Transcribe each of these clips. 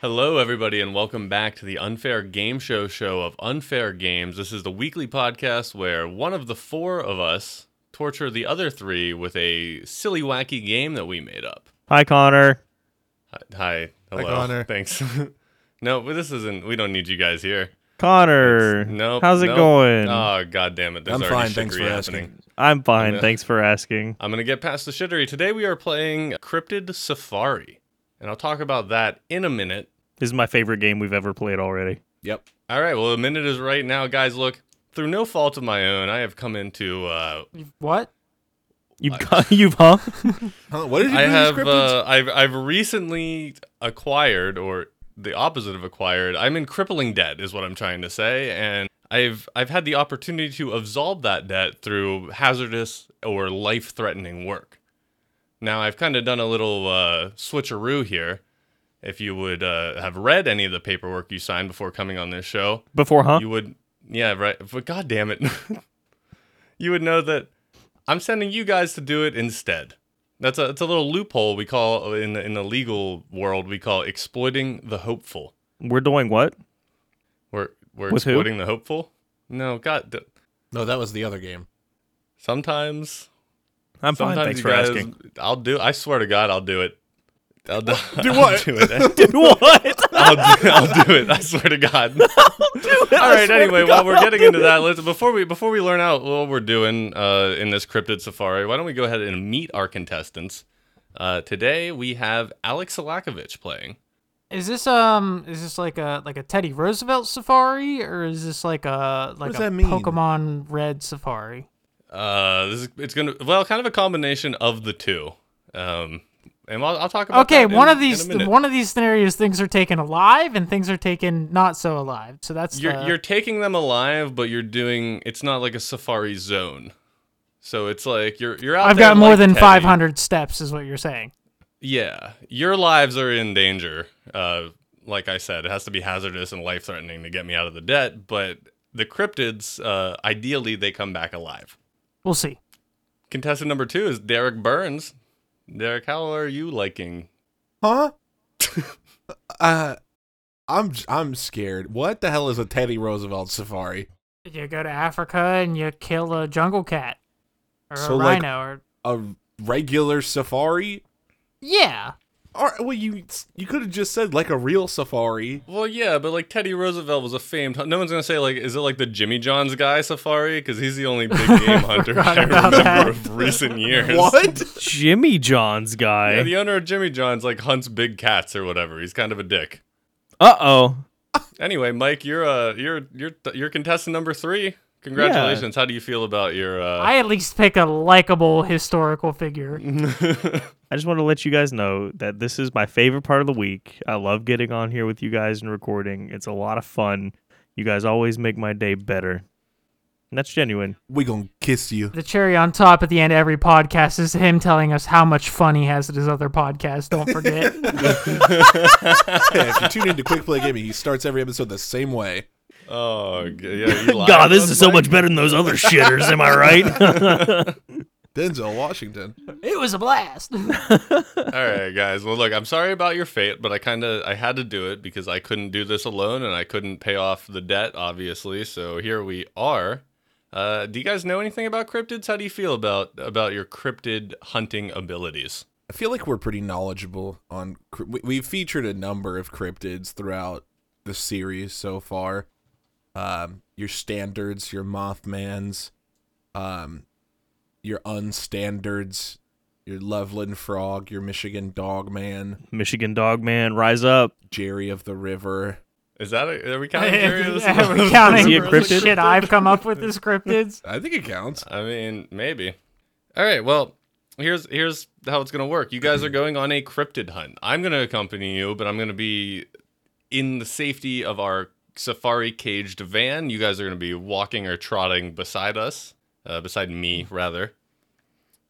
Hello, everybody, and welcome back to the Unfair Game Show show of Unfair Games. This is the weekly podcast where one of the four of us torture the other three with a silly, wacky game that we made up. Hi, Connor. Hi, hi hello, Connor. thanks. no, but this isn't. We don't need you guys here. Connor. Nope. How's it nope. going? Oh, god damn it! There's I'm already fine, thanks chicory for happening. asking. I'm fine. Yeah. Thanks for asking. I'm gonna get past the shittery today. We are playing Cryptid Safari, and I'll talk about that in a minute. This is my favorite game we've ever played already. Yep. All right. Well, a minute is right now, guys. Look, through no fault of my own, I have come into. Uh, What? You've got, you've huh? Huh, what did you I do to have. script it? Uh, I've. I've recently acquired, or the opposite of acquired. I'm in crippling debt, is what I'm trying to say, and I've. I've had the opportunity to absolve that debt through hazardous or life-threatening work. Now I've kind of done a little uh, switcheroo here. If you would uh, have read any of the paperwork you signed before coming on this show, Before huh? you would yeah right but god damn it you would know that i'm sending you guys to do it instead that's a it's a little loophole we call in the, in the legal world we call exploiting the hopeful We're doing what? we're we're With who? exploiting the hopeful no god d- no, that was the other game. sometimes I'm sometimes fine. Thanks you for guys, asking. i'll do i swear to god i'll do it I'll do, Do I'll what? do it. what? I'll do, I'll do it. I swear to God. All right. Anyway, while we're getting into that, let's before we before we learn out what we're doing uh, in this cryptid safari, why don't we go ahead and meet our contestants? Uh, today we have Alex Salakovich playing. Is this um is this like a like a Teddy Roosevelt safari or is this like a like does a that mean? Pokemon Red safari? Uh, this is, it's gonna well, kind of a combination of the two. Um, and I'll, I'll talk about Okay, that in- one of in a these minute. one of these scenarios things are taken alive and things are taken not so alive. So that's you're the- you're taking them alive, but you're doing it's not like a safari zone. So it's like you're you're out. I've there got more like than Teddy. 500 steps is what you're saying. Yeah, your lives are in danger. Uh, like I said, it has to be hazardous and life threatening to get me out of the debt. But the cryptids, uh, ideally, they come back alive. We'll see. Contestant number two is Derek Burns. Derek, how are you liking? Huh? uh, I'm j- I'm scared. What the hell is a Teddy Roosevelt safari? You go to Africa and you kill a jungle cat or So, a like- rhino or A regular safari? yeah. Or well, you you could have just said like a real safari. Well, yeah, but like Teddy Roosevelt was a famed. hun- No one's gonna say like, is it like the Jimmy John's guy safari? Because he's the only big game hunter Forgot I about remember that. of recent years. What? Jimmy John's guy. Yeah, the owner of Jimmy John's like hunts big cats or whatever. He's kind of a dick. uh oh. Anyway, Mike, you're uh you're you're you're contestant number three. Congratulations. How do you feel about your uh I at least pick a likable historical figure. I just want to let you guys know that this is my favorite part of the week. I love getting on here with you guys and recording. It's a lot of fun. You guys always make my day better. And that's genuine. We gonna kiss you. The cherry on top at the end of every podcast is him telling us how much fun he has at his other podcast. Don't forget. Yeah, if you tune into Quick Play Gaming, he starts every episode the same way. Oh g- yeah, you lied God, to this is us, so Mike? much better than those other shitters, am I right? Denzel Washington. it was a blast. All right, guys. Well, look, I'm sorry about your fate, but I kind of I had to do it because I couldn't do this alone and I couldn't pay off the debt obviously. So here we are. Uh, do you guys know anything about cryptids? How do you feel about about your cryptid hunting abilities? I feel like we're pretty knowledgeable on. cr- we- We've featured a number of cryptids throughout the series so far. Um, your standards, your Mothman's, um, your unstandards, your Loveland Frog, your Michigan Dogman, Michigan dog man, rise up. Jerry of the River. Is that a, are we counting? Jerry? Are we counting Is he a the cryptid? shit I've come up with as cryptids? I think it counts. I mean, maybe. All right. Well, here's here's how it's gonna work. You guys are going on a cryptid hunt. I'm gonna accompany you, but I'm gonna be in the safety of our safari caged van. You guys are gonna be walking or trotting beside us, uh, beside me rather.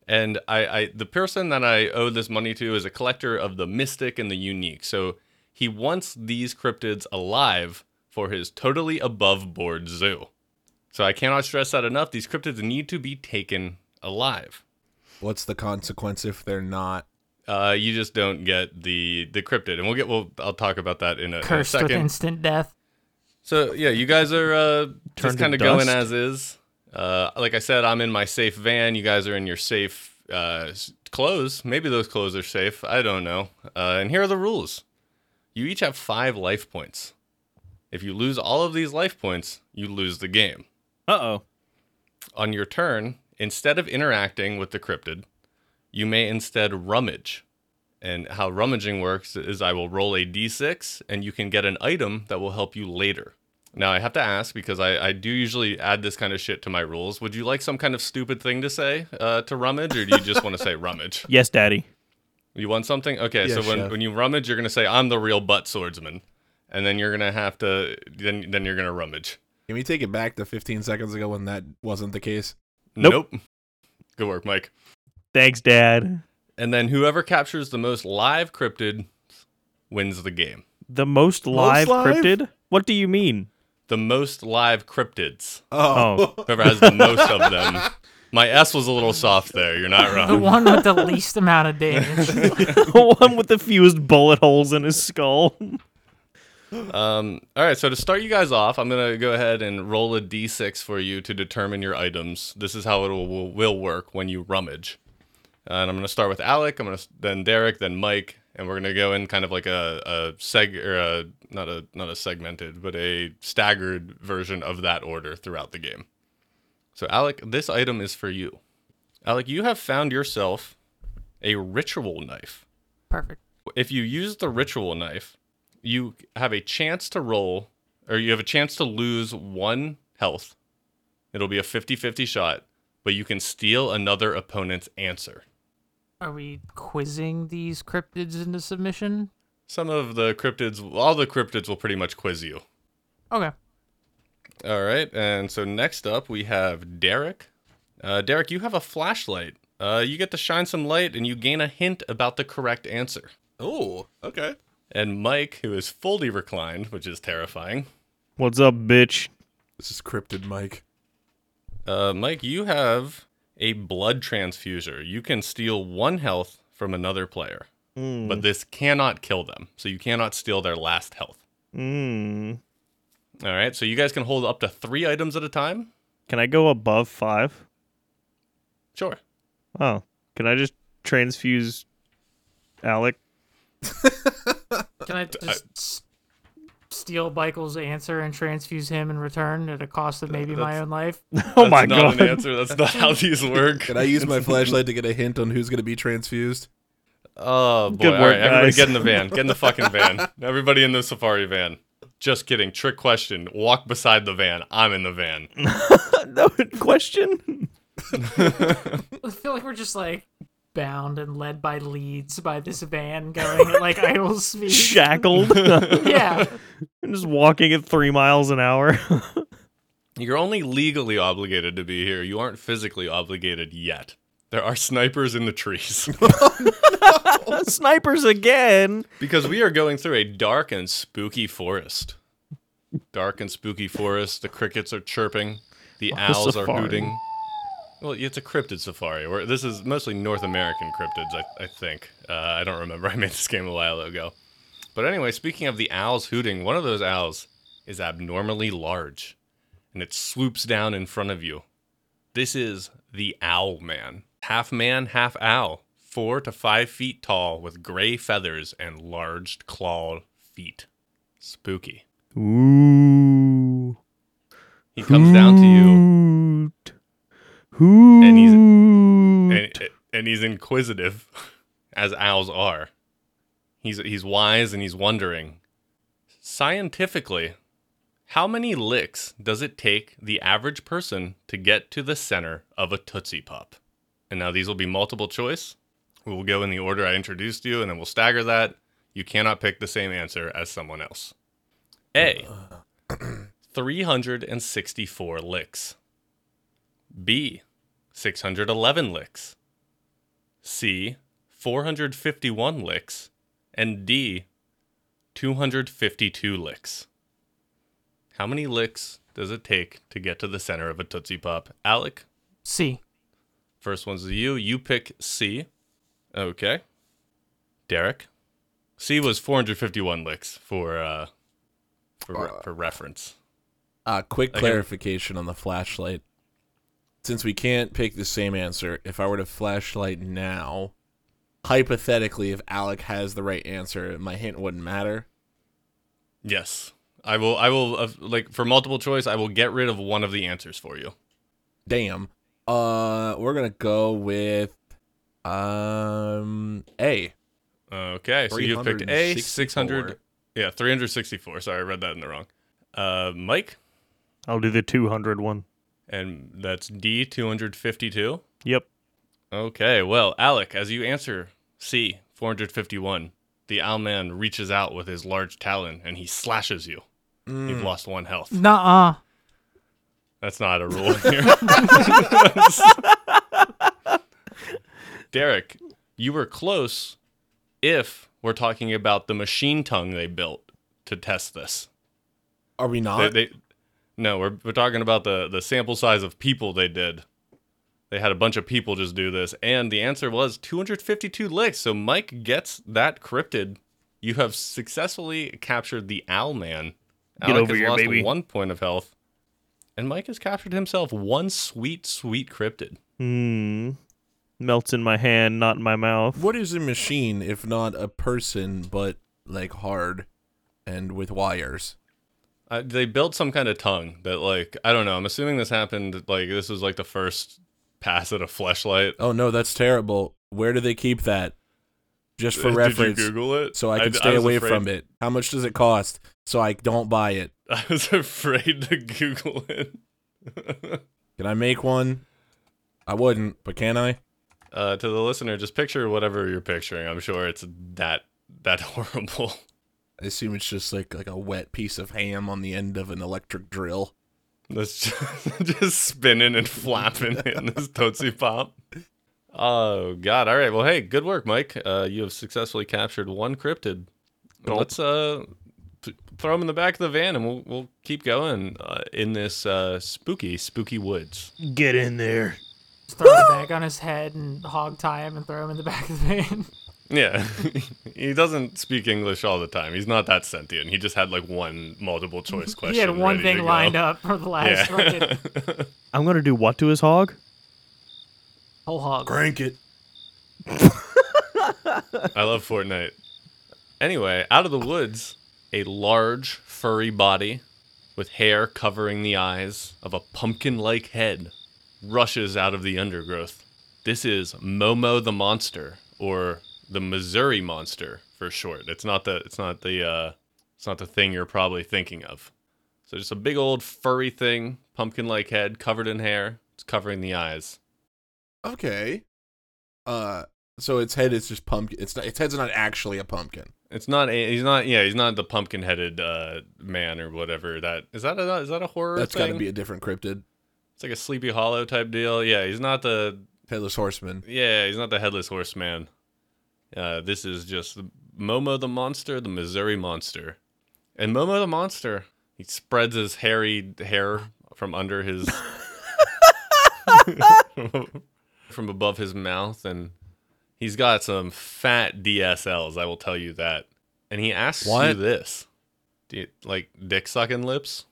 And I, I, the person that I owe this money to is a collector of the mystic and the unique. So he wants these cryptids alive for his totally above board zoo. So I cannot stress that enough. These cryptids need to be taken alive. What's the consequence if they're not? uh, you just don't get the the cryptid, and we'll get. We'll I'll talk about that in a, in a Cursed with second. instant death. So yeah, you guys are uh, Turned just to kind of going dust. as is. Uh, like I said, I'm in my safe van. You guys are in your safe uh, s- clothes. Maybe those clothes are safe. I don't know. Uh, and here are the rules. You each have five life points. If you lose all of these life points, you lose the game. Uh oh. On your turn, instead of interacting with the cryptid, you may instead rummage. And how rummaging works is I will roll a d6 and you can get an item that will help you later. Now, I have to ask because I, I do usually add this kind of shit to my rules. Would you like some kind of stupid thing to say uh, to rummage or do you just want to say rummage? Yes, Daddy. You want something? Okay, Yeah, so when, chef. when you rummage, you're going to say, I'm the real butt swordsman. And then you're going to have to, then, then you're going to rummage. Can we take it back to 15 seconds ago when that wasn't the case? Nope. nope. Good work, Mike. Thanks, Dad. And then whoever captures the most live cryptid wins the game. The most live, live? cryptid? What do you mean? The most live cryptids. Oh, Whoever has the most of them. My S was a little soft there. You're not The wrong. one with the least amount of damage. the one with the fused bullet holes in his skull. Um, all right, so to start you guys off, I'm going to go ahead and roll a d6 for you to determine your items. This is how it will, will work when you rummage. And I'm going to start with Alec, I'm going to then Derek, then Mike, and we're going to go in kind of like a a seg or a not a not a segmented, but a staggered version of that order throughout the game. So Alec, this item is for you. Alec, you have found yourself a ritual knife Perfect. if you use the ritual knife, you have a chance to roll, or you have a chance to lose one health. It'll be a 50 50 shot, but you can steal another opponent's answer. Are we quizzing these cryptids into submission? Some of the cryptids, all the cryptids will pretty much quiz you. Okay. All right. And so next up, we have Derek. Uh, Derek, you have a flashlight. Uh, you get to shine some light and you gain a hint about the correct answer. oh, okay. And Mike, who is fully reclined, which is terrifying, What's up, bitch? This is cryptid, Mike. Uh, Mike, you have a blood transfuser. You can steal one health from another player, Mm, but this cannot kill them. So you cannot steal their last health. Mm. All right. So you guys can hold up to three items at a time. Can I go above five? Sure. Oh, can I just transfuse Alec? Can I just s- steal Michael's answer and transfuse him in return at a cost of maybe my own life? Oh That's my not god. an answer. That's not how these work. Can I use my flashlight to get a hint on who's going to be transfused? Oh boy! Good All work, right, everybody, guys. get in the van. Get in the fucking van. Everybody in the safari van. Just kidding. Trick question. Walk beside the van. I'm in the van. no question. I feel like we're just like bound and led by leads by this van going at like idle speed. Shackled. Yeah. I'm just walking at three miles an hour. You're only legally obligated to be here. You aren't physically obligated yet. There are snipers in the trees. Snipers again. because we are going through a dark and spooky forest. Dark and spooky forest. The crickets are chirping. The owls are safari. hooting. Well, it's a cryptid safari. Or this is mostly North American cryptids, I, I think. Uh, I don't remember. I made this game a while ago. But anyway, speaking of the owls hooting, one of those owls is abnormally large, and it swoops down in front of you. This is the Owl Man. Half man, half owl. Four to five feet tall with gray feathers and large clawed feet. Spooky. Ooh. He comes down to you you. And he's- Hoot. and, and he's inquisitive, as owls are. He's, he's wise and he's wondering. Scientifically, how many licks does it take the average person to get to the center of a Tootsie Pop? And now these will be multiple choice. We will go in the order I introduced you, and then we'll stagger that. You cannot pick the same answer as someone else. A. 364 licks. B. 611 licks. C. 451 licks. And D. 252 licks. How many licks does it take to get to the center of a Tootsie Pop? Alec, See. First one's you. You pick C. Okay. Derek. C was 451 licks for uh, for, re- for reference. Uh, quick Okay. clarification on the flashlight. Since we can't pick the same answer, if I were to flashlight now, hypothetically, if Alec has the right answer, my hint wouldn't matter. Yes, I will. I will uh, like for multiple choice. I will get rid of one of the answers for you. Damn. Uh, we're gonna go with um A. Okay, so you picked A 600. 364. Yeah, 364. Sorry, I read that in the wrong. Uh, Mike, I'll do the 200 one. and that's D 252. Yep. Okay, well, Alec, as you answer C 451, the owl man reaches out with his large talon and he slashes you. You've lost one health. Nuh-uh. That's not a rule here. Derek, you were close if we're talking about the machine tongue they built to test this. Are we not? They, they, no, we're, we're talking about the, the sample size of people they did. They had a bunch of people just do this, and the answer was 252 licks. So Mike gets that cryptid. You have successfully captured the Owl Man. Get Alec over has here, lost baby. one point of health, and Mike has captured himself one sweet, sweet cryptid. Hmm. Melts in my hand, not in my mouth. what is a machine if not a person, but like hard and with wires? Uh, they built some kind of tongue that, like, I don't know. I'm assuming this happened. Like, this was like the first pass at a fleshlight. Oh no, that's terrible. Where do they keep that? Just for reference, Uh, Did you Google it? so I can stay was away afraid- from it. How much does it cost? So I don't buy it. I was afraid to Google it. Can I make one? I wouldn't, but can I? Uh, to the listener, just picture whatever you're picturing. I'm sure it's that that horrible. I assume it's just like like a wet piece of ham on the end of an electric drill. That's just, just spinning and flapping in this Tootsie Pop. Oh God! All right. Well, hey, good work, Mike. Uh, you have successfully captured one cryptid. Gulp. Let's uh, th- throw him in the back of the van, and we'll we'll keep going uh, in this uh, spooky spooky woods. Get in there. Just throw the bag on his head and hog tie him and throw him in the back of the van. Yeah, he doesn't speak English all the time. He's not that sentient. He just had like one multiple choice question. he had one ready thing to go. lined up for the last Yeah. fucking I'm gonna do what to his hog? whole hog. Crank it. I love Fortnite. Anyway, out of the woods, a large furry body with hair covering the eyes of a pumpkin-like head rushes out of the undergrowth. This is Momo the monster or the Missouri monster for short. It's not the it's not the uh it's not the thing you're probably thinking of. So just a big old furry thing, pumpkin-like head covered in hair. It's covering the eyes. Okay. Uh, so its head is just pumpkin. It's not. Its head's not actually a pumpkin. It's not. A, he's not. Yeah, he's not the pumpkin-headed uh, man or whatever. That is that. A, is that a horror? That's thing? got to be a different cryptid. It's like a Sleepy Hollow type deal. Yeah, he's not the. Headless horseman. Yeah, he's not the headless horseman. Uh, this is just Momo the monster, the Missouri monster, and Momo the monster. He spreads his hairy hair from under his. from above his mouth and he's got some fat DSLs, I will tell you that. And he asks you What? this. Do you, like dick sucking lips?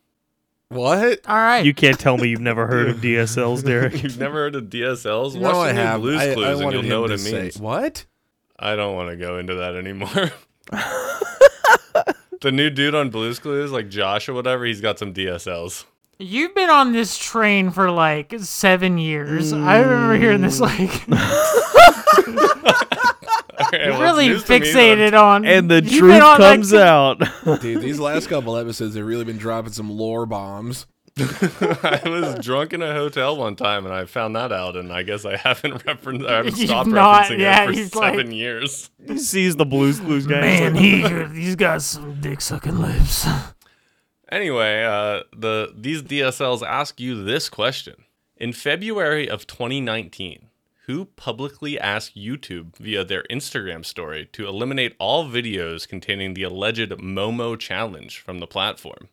What? All right. You can't tell me you've never heard of DSLs, Derek. You've never heard of DSLs? No, Watch I the new have. Blues I, Clues I and wanted you'll him know what to it say, means. What? I don't want to go into that anymore. the new dude on Blues Clues, like Josh or whatever, he's got some DSLs. You've been on this train for like seven years. Mm. I remember hearing this like Alright, well, it's really news to me, though. fixated on. And the You've been truth on that comes train- out. Dude, these last couple episodes have really been dropping some lore bombs. I was drunk in a hotel one time, and I found that out, and I guess I haven't referenced. I haven't You've stopped not- referencing yeah, it for he's seven like- years. he sees the blues clues guy. he's Man, like, he he's got some dick sucking lips. Anyway, uh, the these DSLs ask you this question: In February of 2019, who publicly asked YouTube via their Instagram story to eliminate all videos containing the alleged Momo challenge from the platform?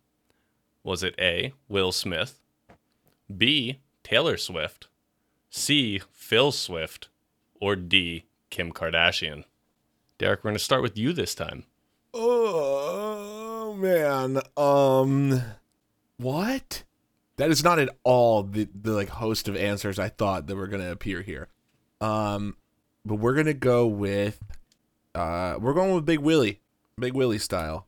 Was it A. Will Smith, B. Taylor Swift, C. Phil Swift, or D. Kim Kardashian? Derek, we're going to start with you this time. Oh man. Um what? That is not at all the, the like host of answers I thought that were gonna appear here. Um but we're gonna go with uh we're going with Big Willie. Big Willie style.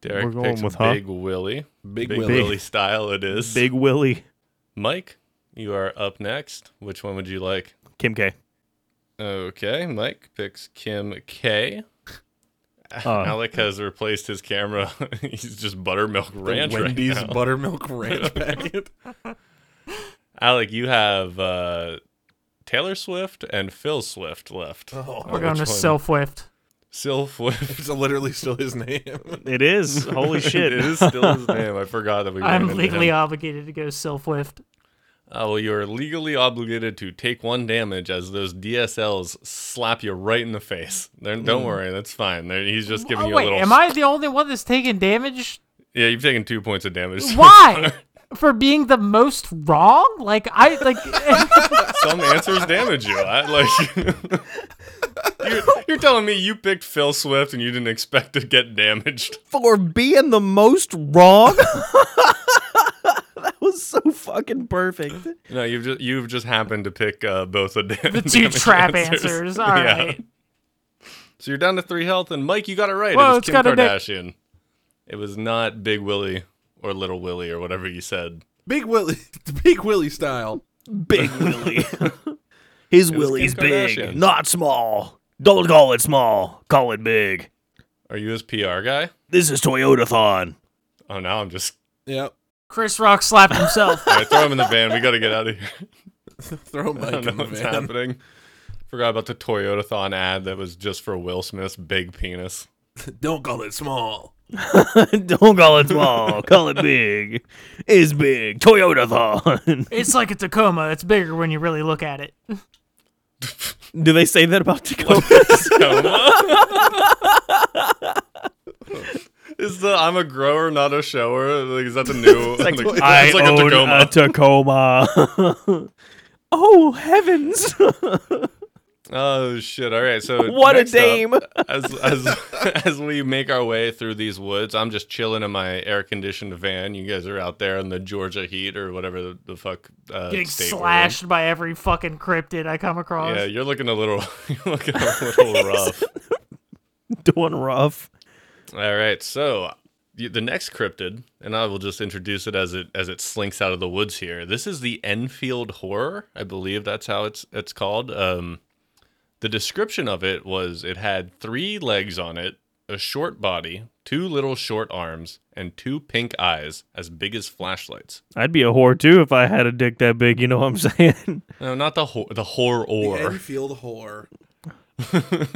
Derek We're going picks with, huh? Big Willie. Big, Big Willie. Willie style it is. Big Willie, Mike, you are up next. Which one would you like? Kim K. Okay, Mike picks Kim K. Uh. Oh. Alec has replaced his camera. He's just buttermilk The ranch Wendy's right now. buttermilk ranch packet. Alec, you have uh, Taylor Swift and Phil Swift left. Oh, Which We're going to one? Self-Whift. Sil Swift. it's literally still his name. It is. Holy shit. it is still his name. I forgot that we. ran I'm into legally Him. obligated to go Self-Whift. Uh, well, you are legally obligated to take one damage as those DSLs slap you right in the face. They're, don't worry, that's fine. They're, he's just giving Mm. Oh, you wait, a little. am I the only one that's taking damage? Yeah, you've taken two points of damage. so Why? far. For being the most wrong? Like I like some answers damage you. I, like you're, you're telling me you picked Phil Swift and you didn't expect to get damaged. for being the most wrong. that was so fucking perfect. No, you've just you've just happened to pick uh, both of the two trap answers. All right. So you're down to three health, and Mike, you got it right. Whoa, it was it's Kim got a dick. Kardashian. It was not Big Willie or Little Willie or whatever you said. Big Willie Big Willie style. Big Willie. His Willie's Kim big, Kardashian. not small. Don't call it small. Call it big. Are you his PR guy? This is Toyotathon. Oh, now I'm just. Yep. Chris Rock slapped himself. All right, throw him in the van. We got to get out of here. Throw I Mike don't know in the what's van. happening. Forgot about the Toyotathon ad that was just for Will Smith's big penis. Don't call it small. Don't call it small. call it big. Is big. Toyotathon. it's like a Tacoma. It's bigger when you really look at it. Do they say that about Tacomas? Is the I'm a grower, not a shower? Like, is that the new? like, it's I like a own Tacoma. a Tacoma. oh heavens! oh shit! All right, so What a next up, dame. as as as we make our way through these woods, I'm just chilling in my air conditioned van. You guys are out there in the Georgia heat or whatever the, the fuck. Uh, Getting state we're in. slashed by every fucking cryptid I come across. Yeah, you're looking a little, you're looking a little rough. Doing rough. All right, so y- the next cryptid, and I will just introduce it as it as it slinks out of the woods here. This is the Enfield Horror, I believe that's how it's it's called. Um, the description of it was it had three legs on it, a short body, two little short arms, and two pink eyes as big as flashlights. I'd be a whore too if I had a dick that big. You know what I'm saying? No, not the ho- the horror. Enfield whore.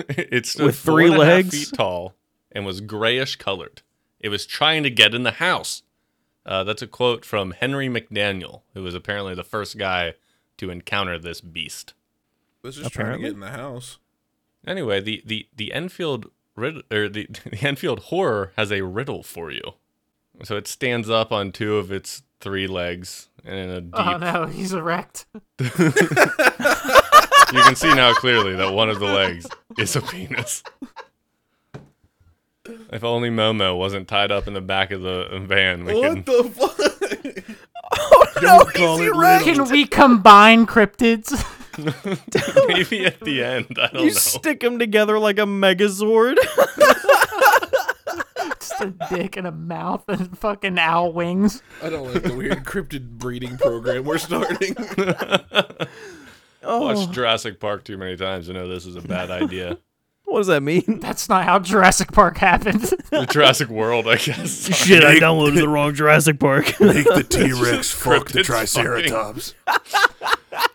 it stood With four three and a half legs? feet tall, and was grayish colored. It was trying to get in the house. Uh, that's a quote from Henry McDaniel, who was apparently the first guy to encounter this beast. Was just Apparently. in the house. Anyway, the the the Enfield rid- or the, the Enfield horror has a riddle for you. So it stands up on two of its three legs and in a deep. Oh no, he's erect. You can see now clearly that one of the legs is a penis. If only Momo wasn't tied up in the back of the van, we What can. the fuck? no, Don't call it little. Oh, Can we combine cryptids? maybe at the end. I don't You know. stick them together like a megazord. Just a dick and a mouth and fucking owl wings. I don't like the weird cryptid breeding program we're starting. Watched Jurassic Park too many times to know this is a bad idea. what does that mean? That's not how Jurassic Park happened. the Jurassic World, I guess. Sorry. Shit, I downloaded the wrong Jurassic Park. Make the T Rex fuck the Triceratops.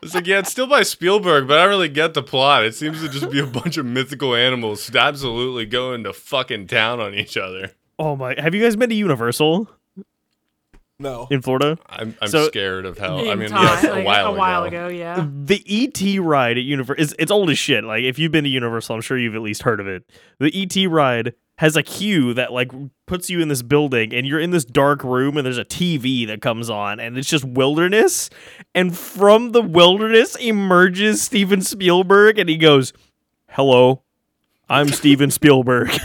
It's like, yeah, it's still by Spielberg, but I don't really get the plot. It seems to just be a bunch of mythical animals absolutely going to fucking town on each other. oh my! Have you guys been to Universal No. in Florida? I'm, I'm So- scared of how. Oh, I In mean, time, yes, like, a while, ago. yeah. The ET ride at Universal is it's old as shit. Like if you've been to Universal, I'm sure you've at least heard of it. The ET ride has a queue that like puts you in this building and you're in this dark room and there's a TV that comes on and it's just wilderness and from the wilderness emerges Steven Spielberg and he goes, "Hello, I'm Steven Spielberg.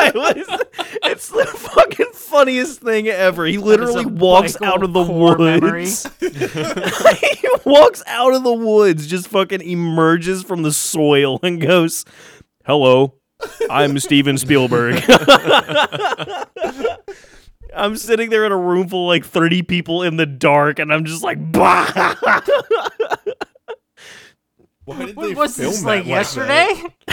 It was- it's the fucking funniest thing ever. He literally walks Michael out of the core memory. woods. he walks out of the woods, just fucking emerges from the soil and goes, "Hello, I'm Steven Spielberg." I'm sitting there in a room full of like 30 people in the dark, and I'm just like, bah! Why did What was this like yesterday?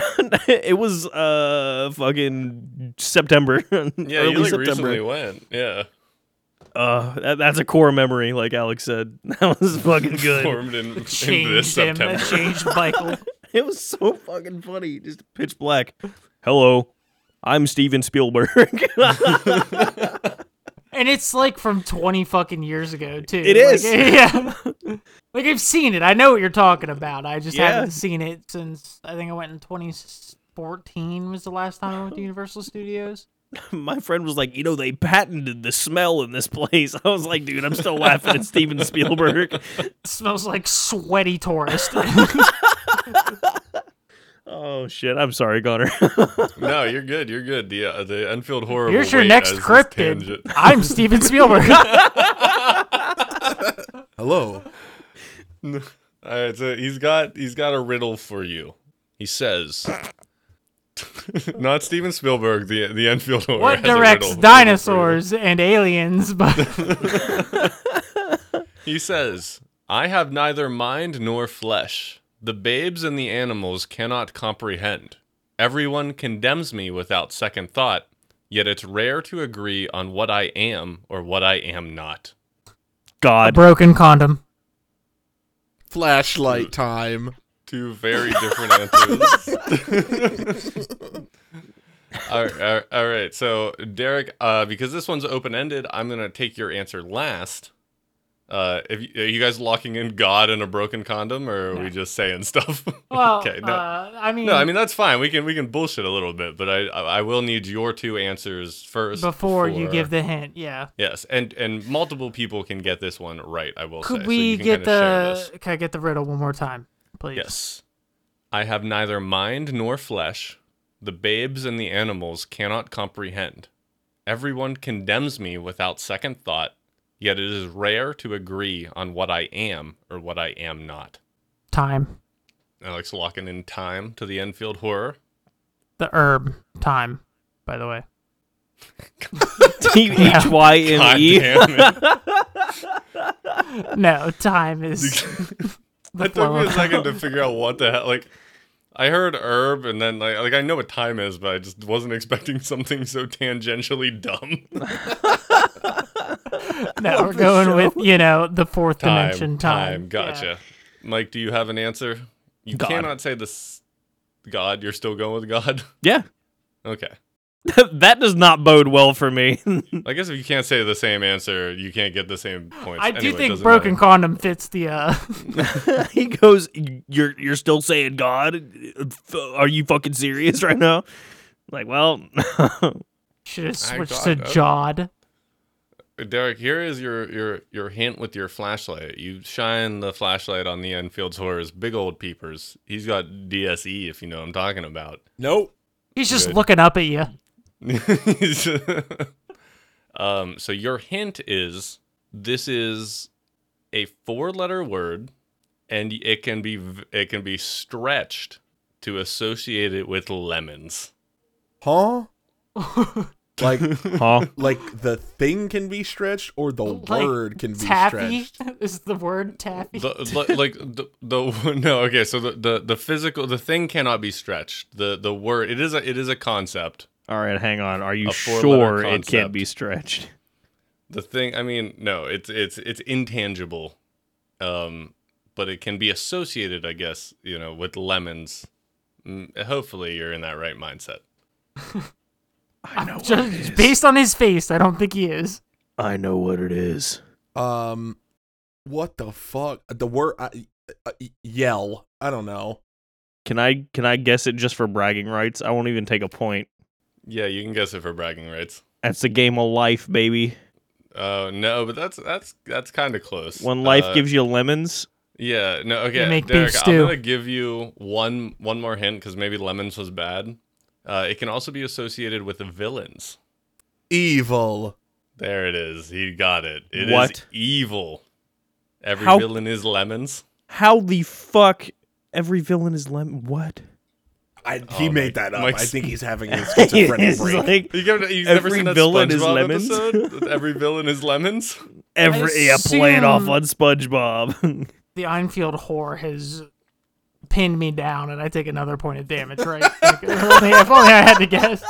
it was uh fucking September. Yeah, early you like September. recently went. Yeah, Uh, that, that's a core memory, like Alex said. That was fucking good. formed in, in this changed him. September. That changed Michael. it was so fucking funny, just pitch black. Hello, I'm Steven Spielberg. And it's like from 20 fucking years ago, too. It Like, is. yeah. like, I've seen it. I know what you're talking about. I just Yeah. haven't seen it since I think I went in 2014 was the last time I went to Universal Studios. My friend was like, you know, they patented the smell in this place. I was like, dude, I'm still laughing at Steven Spielberg. It smells like sweaty tourist. Oh shit, I'm sorry, Connor. No, you're good. You're good. The uh, the Enfield horror. Here's will your wait next as this cryptid. tangent. I'm Steven Spielberg. Hello. All right, so he's got he's got a riddle for you. He says, not Steven Spielberg. The the Enfield horror. has what a riddle- directs riddle for you. dinosaurs and aliens? But He says, I have neither mind nor flesh. The babes and the animals cannot comprehend. Everyone condemns me without second thought, yet it's rare to agree on what I am or what I am not. a God, broken condom. Flashlight time. Two very different answers. all, right, all, right, all right. So, Derek, uh, because this one's open ended, I'm going to take your answer last. Uh, if you, are you guys locking in God and a broken condom, or are we just saying stuff? Well, okay, no. uh, I mean, No, I mean that's fine. We can we can bullshit a little bit, but I I I will need your two answers first before you for- give the hint, yeah. yes, and and multiple people can get this one right. I will say. Could So we you can get kinda share this. the? Can I get the riddle one more time, please? Yes, I have neither mind nor flesh. The babes and the animals cannot comprehend. Everyone condemns me without second thought. Yet it is rare to agree on what I am or what I am not. Time. Alex locking in time to the Enfield horror. The herb. Time. By the way. T H Y God M E. damn it. No, time is. It the took flow me a of- second to figure out what the hell. Like, I heard herb, and then like, like I know what time is, but I just wasn't expecting something so tangentially dumb. No, we're going with you know the fourth Time, dimension. time. Time. Gotcha. Mike, do you have an answer? You God. cannot say this. God, you're still going with God. Yeah, Okay. that does not bode well for me. I guess if you can't say the same answer, you can't get the same points. I do Anyway, it think doesn't broken matter. condom fits the. uh he goes, "You're you're still saying God? Are you fucking serious right now?" Like, well, Should have I switched got to it. Jod. Derek, here is your your your hint with your flashlight. You shine the flashlight on the Enfield's horror's big old peepers. He's got DSE, if you know what I'm talking about. Nope. He's just Good. looking up at you. um, so your hint is this is a four-letter word, and it can be v- it can be stretched to associate it with lemons. Huh? like huh? like the thing can be stretched or the Like, word can be Taffy stretched. is the word taffy. The, li- like the, the no okay so the, the the physical the thing cannot be stretched the the word it is a it is a concept All right, hang on. Are you A four-letter sure it can't concept. be stretched? the thing i mean no it's it's it's intangible um but it can be associated i guess you know with lemons Mm, hopefully you're in that right mindset I know. Just based on his face, I don't think he is. I know what it is. Um what the fuck? The word I, uh, yell. I don't know. Can I can I guess it just for bragging rights? I won't even take a point. yeah you can guess it for bragging rights That's the game of life, baby. uh no but that's that's that's kind of close When life Uh, gives you lemons, Yeah, no, okay, make beef Derek. I'm stew. gonna give you one one more hint because maybe lemons was bad. Uh, it can also be associated with villains. Evil. There it is. He got it. It is What? evil. Every How- villain is lemons. How the fuck every villain is lemon? What? I, he Oh, Mike- made that up. Mike's- I think he's having a schizophrenic It's like break. You have never Every seen that villain is SpongeBob lemons? episode? Every villain is lemons. every yeah, playing off assume- on SpongeBob. The Einfield whore has pinned me down, and I take another point of damage. Right? Like, if, only, if only I had to guess.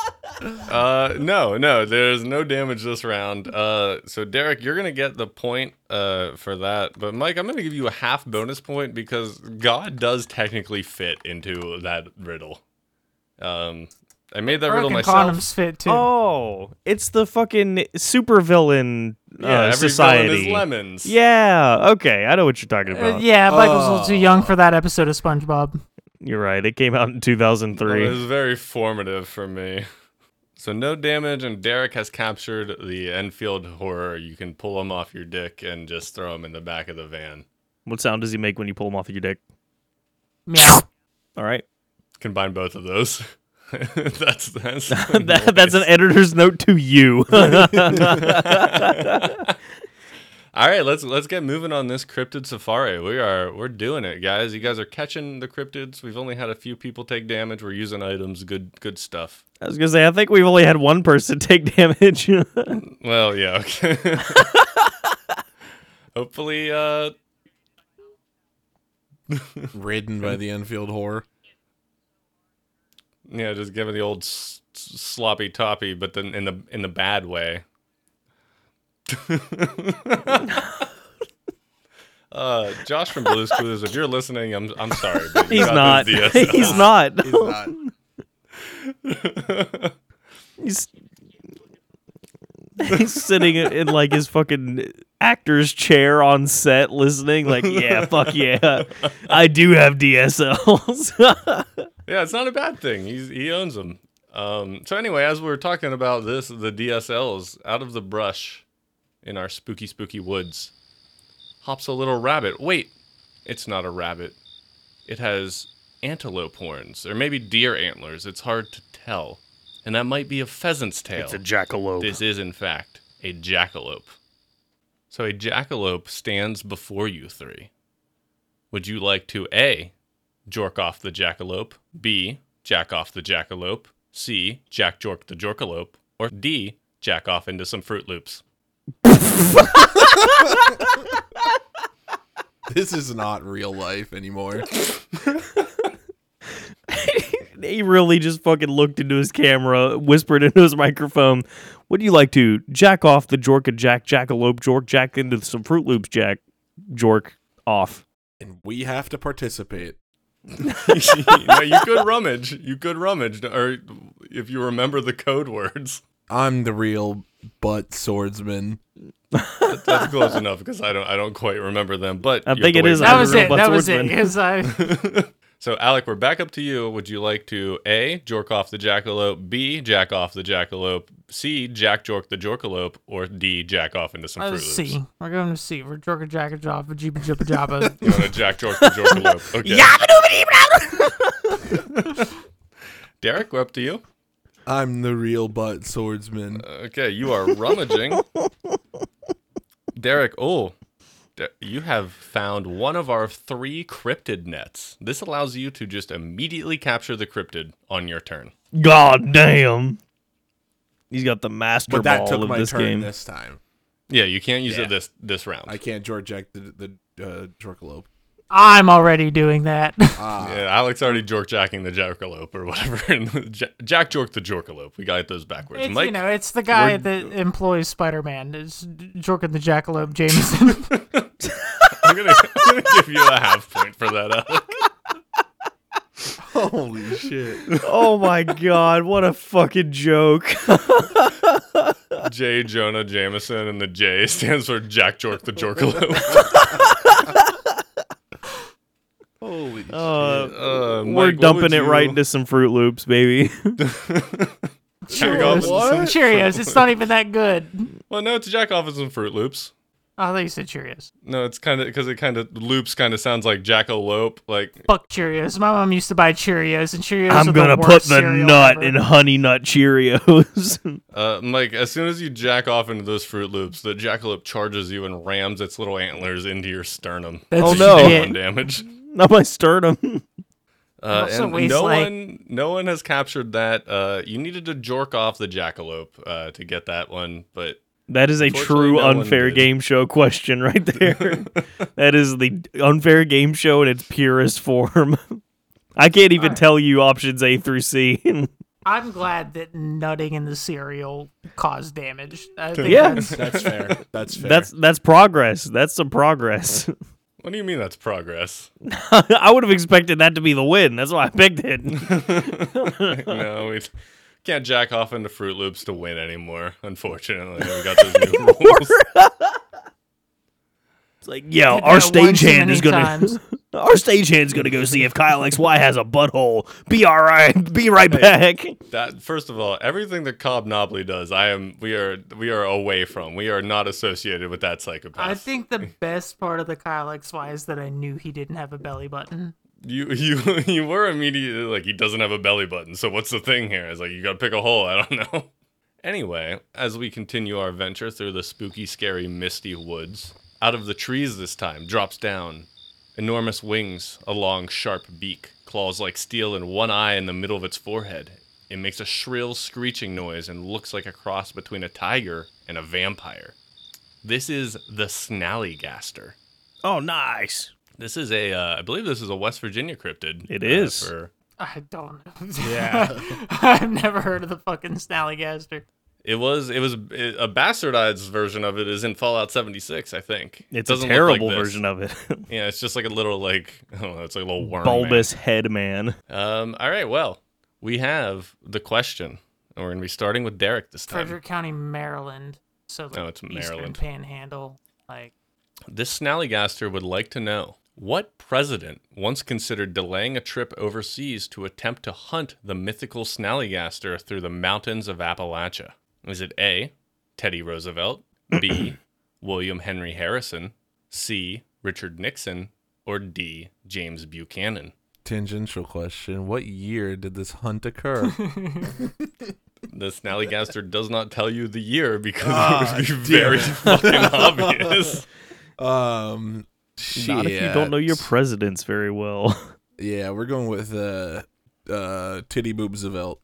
Uh, no, no, there's no damage this round. Uh, so Derek, you're gonna get the point uh for that, but Mike, I'm gonna give you a half bonus point because God does technically fit into that riddle. Um, I made that riddle Broken myself. condoms fit too. oh, it's the fucking supervillain uh, yeah, every villain is society. lemons. yeah, okay, I know what you're talking Uh, about. yeah, Michael's a little too Oh. young for that episode of SpongeBob. You're right. It came out in It 2003. was very formative for me. So no damage, and Derek has captured the Enfield horror. You can pull him off your dick and just throw him in the back of the van. What sound does he make when you pull him off of your dick? Meow. All right. Combine both of those. that's that's That- that's an editor's note to you. All right, let's let's get moving on this cryptid safari. We are we're doing it, guys. You guys are catching the cryptids. We've only had a few people take damage. We're using items, good good stuff. I was gonna say, I think we've only had one person take damage. Well, yeah. Okay. Hopefully, uh, Ridden by the Enfield horror. yeah, just give it the old s- s- sloppy toppy, but then in the in the bad way. uh, Josh from Blue's Clues, if you're listening, I'm I'm sorry. but you He's got not. this DSL. He's not. He's not. He's he's sitting in, in like his fucking actor's chair on set, listening. Like, yeah, fuck yeah, I do have DSLs. Yeah, it's not a bad thing. He's, he owns them. Um, so anyway, as we were talking about this, the DSLs out of the brush in our spooky, spooky woods, hops a little rabbit. Wait, it's not a rabbit. It has antelope horns, or maybe deer antlers. It's hard to tell, and that might be a pheasant's tail. jackalope. This is, in fact, a jackalope. So a jackalope stands before you three. Would you like to A, jork off the jackalope, B, jack off the jackalope, C, jack jork the jorkalope, or D, jack off into some Fruit Loops? This is not real life anymore. he really just fucking looked into his camera, whispered into his microphone, "Would you like to jack off the jork and jack jackalope jork jack into some Fruit Loops jack jork off?" And we have to participate. now you could rummage. You could rummage, or if you remember the code words. I'm the real butt swordsman. That's close enough because I don't I don't quite remember them. But I you have think to it wait is for I That don't was know it. about That was it. swordsman. 'cause I, so, Alec, we're back up to you. Would you like to A, jork off the jackalope, B, jack off the jackalope, C, jack jork the jorkalope, or D, jack off into some I Fruit was Loops? C. We're going to C. We're Jorka Jacka Java, Jeepa Jippa Jabba. You want to jack jork the jorkalope? Okay. Derek, we're up to you. I'm the real butt swordsman. Uh, Okay, you are rummaging. Derek, oh, Der- you have found one of our three cryptid nets. This allows you to just immediately capture the cryptid on your turn. God damn. He's got the master but that ball took of my this turn game. this time. Yeah, you can't use Yeah. it this this round. I can't George Jack the, the uh, Jorkalope. I'm already doing that. Ah, Yeah, Alex already jork jacking the jackalope or whatever. and Jack, Jack jorked the jorkalope. We got those backwards. It's, Mike, you know, it's the guy we're- that employs Spider-Man. It's Jorkin the Jackalope Jameson. I'm gonna, I'm gonna give you a half point for that. Alec. Holy shit. oh my god, what a fucking joke. J. Jonah Jameson, and the J stands for Jack jork the Uh, jorkalope. Holy Uh, Uh, Mike, We're what dumping would it you- right into some Fruit Loops, baby. Jack off into Cheerios. some- Cheerios. It's not even that good. Oh, Well, no, it's Jack off in some Fruit Loops. I thought you said Cheerios. No, it's kind of because it kind of loops. Kind of sounds like jackalope. Like Fuck Cheerios. My mom used to buy Cheerios, and Cheerios. I'm are gonna the put worst the cereal nut ever. in Honey Nut Cheerios. Uh, I'm like as soon as you jack off into those Fruit Loops, the jackalope charges you and rams its little antlers into your sternum. That's So you no. take shit. One damage. Not my sternum. Uh, also and weighs no like- one, no one has captured that. Uh, you needed to jork off the jackalope uh, to get that one, but That is a Unfortunately, true no one unfair did. game show question right there. that is the unfair game show in its purest form. I can't even Alright. tell you options A through C. I'm glad that nutting in the cereal caused damage. I think Yeah. that's- That's fair. That's fair. Um, that's that's progress. That's some progress. what do you mean that's progress? I would have expected that to be the win. That's why I picked it. no, we can't jack off into Fruit Loops to win anymore. Unfortunately, we got those new rules. It's like, yo, Did our that one too stagehand is many gonna times. Our stagehand's gonna go see if Kyle XY has a butthole. Be alright. Be right back. That first of all, everything that Cobb Nobley does, I am we are we are away from. We are not associated with that psychopath. I think the best part of the Kyle XY is that I knew he didn't have a belly button. you you you were immediately like he doesn't have a belly button. So what's the thing here? It's like you got to pick a hole. I don't know. Anyway, as we continue our venture through the spooky, scary, misty woods, out of the trees this time drops down enormous wings, a long, sharp beak, claws like steel, and one eye in the middle of its forehead. It makes a shrill, screeching noise and looks like a cross between a tiger and a vampire. This is the Snallygaster. Oh, nice. This is a, uh, I believe this is a West Virginia cryptid. It uh, is. for- I don't know. Yeah. I've never heard of the fucking Um, Snallygaster. it was, it was it- a bastardized version of it is in Fallout 76, I think. It's a Doesn't look like terrible this. version of it. Yeah, it's just like a little like I don't know, it's like a little worm. man. Bulbous head man. Um. All right. Well, we have the question, and we're gonna be starting with Derek this time. Frederick County, Maryland. So like Oh, it's Eastern Maryland. Panhandle. Like This snallygaster would like to know what president once considered delaying a trip overseas to attempt to hunt the mythical snallygaster through the mountains of Appalachia. Is it A. Teddy Roosevelt, B. William Henry Harrison, C. Richard Nixon, or D. James Buchanan? Tangential question: What year did this hunt occur? The Snallygaster does not tell you the year because Ah, it would be damn very it. fucking obvious. um, Not if you don't know your shit. presidents very well. Yeah, we're going with uh, uh, Titty Boobs of All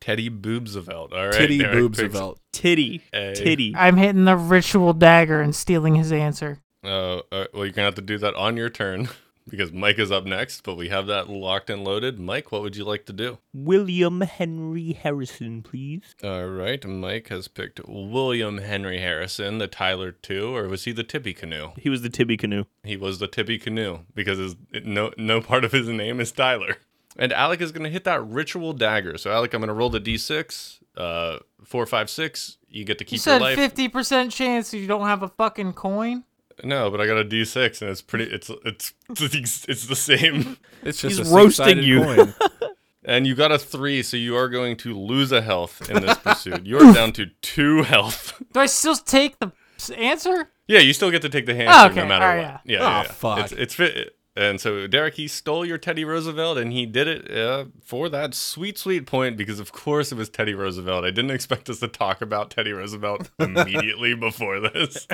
Teddy Boobsevelt. All right. Titty Derek Boobs picks of Elt. Titty. A. Titty. I'm hitting the ritual dagger and stealing his answer. Uh, uh, well, you're gonna have to do that on your turn because Mike is up next. But we have that locked and loaded. Mike, what would you like to do? William Henry Harrison, please. All right, Mike has picked William Henry Harrison, the Tyler Two, or was he the Tippy Canoe? He was the Tibby canoe. He was the Tippy Canoe because his, no no part of his name is Tyler. And Alec is gonna hit that ritual dagger. So Alec, I'm gonna roll the d6, uh, four, five, six. You get to You keep your said life. fifty percent chance you don't have a fucking coin. No, but I got a d6, and it's pretty. It's it's it's, it's the same. It's just He's a roasting you. six-sided coin. And you got a three, so you are going to lose a health in this pursuit. You're down to two health. Do I still take the s- answer? Yeah, you still get to take the hand Oh, no okay. matter Oh, what. yeah. yeah, Aw, yeah, yeah. fuck. It's, it's fit. And so Derek, he stole your Teddy Roosevelt, and he did it uh, for that sweet, sweet point because, of course, it was Teddy Roosevelt. I didn't expect us to talk about Teddy Roosevelt immediately before this,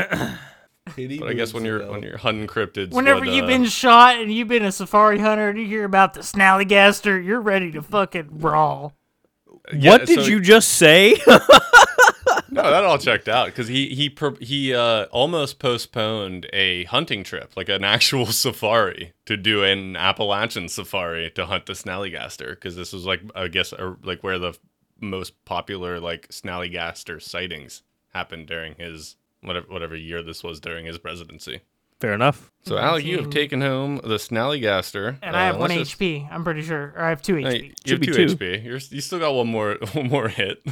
Titty but I guess Boobs when of you're Elt. when you're hunting cryptids, Whenever what, you've uh, been shot and you've been a safari hunter and you hear about the snallygaster, you're ready to fucking brawl. yeah, what did so- you just say? No, that all checked out because he he per- he uh, almost postponed a hunting trip, like an actual safari, to do an Appalachian safari to hunt the snallygaster because this was like I guess a, like where the most popular like snallygaster sightings happened during his whatever whatever year this was during his presidency. Fair enough. So Alec, you have 19. taken home the snallygaster, And Uh, I have one let's just- HP, I'm pretty sure. Or I have two No, HP. you you have be two, two. HP. You're, you still got one more one more hit.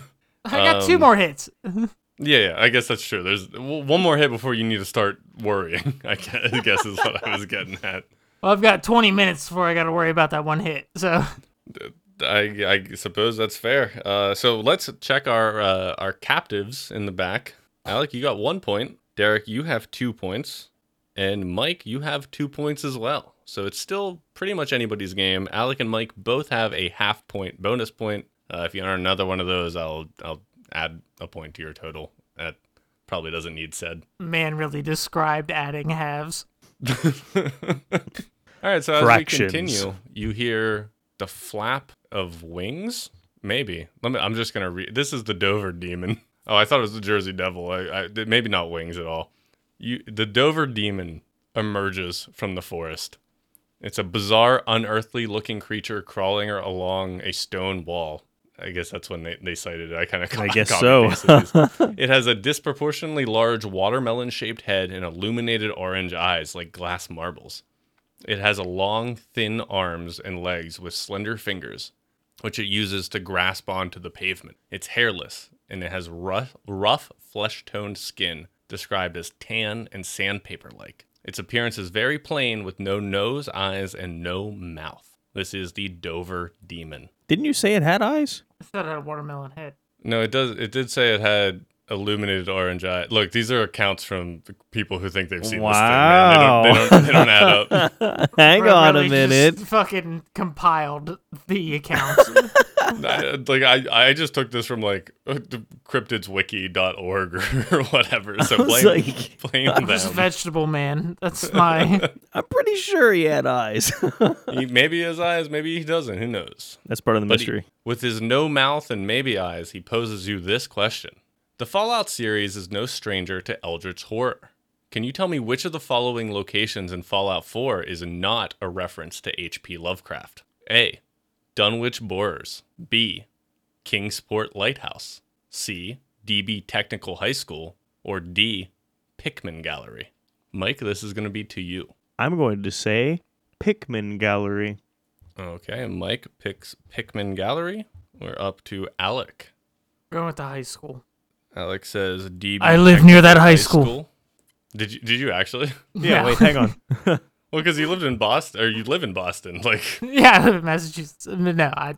I got two um, more hits. Yeah, yeah, I guess that's true. There's w- one more hit before you need to start worrying. I guess, I guess is what I was getting at. Well, I've got 20 minutes before I got to worry about that one hit. So I, I suppose that's fair. Uh, so let's check our uh, our captives in the back. Alec, you got one point. Derek, you have two points, and Mike, you have two points as well. So it's still pretty much anybody's game. Alec and Mike both have a half point bonus point. Uh, if you earn another one of those, I'll I'll add a point to your total. That probably doesn't need said. Man really described adding halves. All right, so as we Fractions. continue, you hear the flap of wings. Maybe. Let me. I'm just gonna read. This is the Dover demon. Oh, I thought it was the Jersey Devil. I, I maybe not wings at all. You, the Dover demon emerges from the forest. It's a bizarre, unearthly looking creature crawling along a stone wall. I guess that's when they, they cited it. I kind of I guess so. it has a disproportionately large watermelon shaped head and illuminated orange eyes like glass marbles. It has a long, thin arms and legs with slender fingers, which it uses to grasp onto the pavement. It's hairless and it has rough, rough flesh toned skin, described as tan and sandpaper like. Its appearance is very plain with no nose, eyes, and no mouth. This is the Dover Demon. Didn't you say it had eyes? I thought I had a watermelon head. No, it does. It did say it had illuminated orange eye. Look, these are accounts from the people who think they've seen wow. this thing. Man. They, don't, they, don't, they don't add up. Hang Bro on a really minute. Just fucking compiled the accounts. I, like I, I just took this from like uh, cryptidswiki.org or whatever. So I was blame, like- blame Just them. vegetable man. That's my. I'm pretty sure he had eyes. He, maybe his eyes, maybe he doesn't. Who knows? That's part of the But he- mystery. with his no mouth and maybe eyes, he poses you this question. The Fallout series is no stranger to Eldritch horror. Can you tell me which of the following locations in Fallout 4 is not a reference to H.P. Lovecraft? A. Dunwich Borers. B. Kingsport Lighthouse. C. DB Technical High School. Or D. Pickman Gallery. Mike, this is going to be to you. I'm going to say Pikmin Gallery. Okay, Mike picks Pickman Gallery. We're up to Alec. Going with the high school. Alex says DB. I live near that Technical high school." Did you? Did you actually? Yeah, wait, hang on. Well, because you lived in Boston, or you live in Boston. Like, Yeah, Massachusetts. No, I,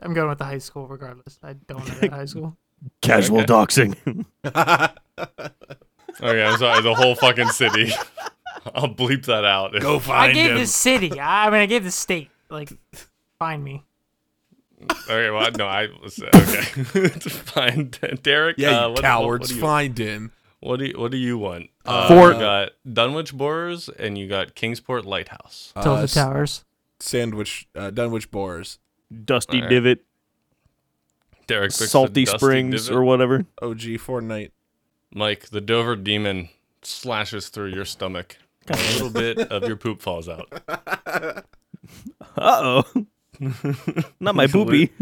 I'm going with the high school regardless. I don't know that high school. Casual Okay. doxing. okay, I'm sorry. The whole fucking city. I'll bleep that out. Go I find gave him. the city. I, I mean, I gave the state. Like, find me. Okay. Well, no, I was okay. It's Fine, Derek. Yeah, uh, you what- what- cowards, What, find him. do you, what do you What do you want? Uh, Fort- You got Dunwich Borers, and you got Kingsport Lighthouse. Uh, Till the s- towers. Sandwich, uh, Dunwich Boars. Dusty Alright. divot, Derek, picks the salty Dusty springs, Divot. or whatever. OG Fortnite. Mike, the Dover demon slashes through your stomach. A little bit of your poop falls out. Uh oh. Not my poopy.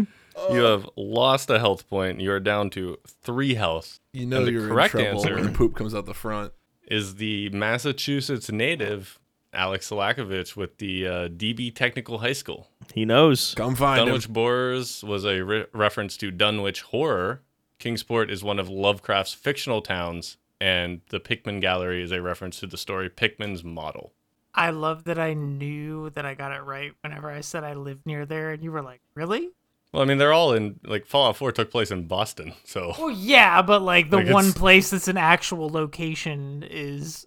You have lost a health point. You are down to three health. You know And the you're correct in trouble answer- when the poop comes out the front. Is the Massachusetts native Alex Salakovich with the uh, DB Technical High School? He knows. Come find him. Dunwich Borers was a re- reference to Dunwich horror. Kingsport is one of Lovecraft's fictional towns, and the Pickman Gallery is a reference to the story Pickman's Model. I love that I knew that I got it right whenever I said I lived near there, and you were like, really? Well, I mean, they're all in like Fallout 4 took place in Boston, so. Well, yeah, but like the Like, one it's- place that's an actual location is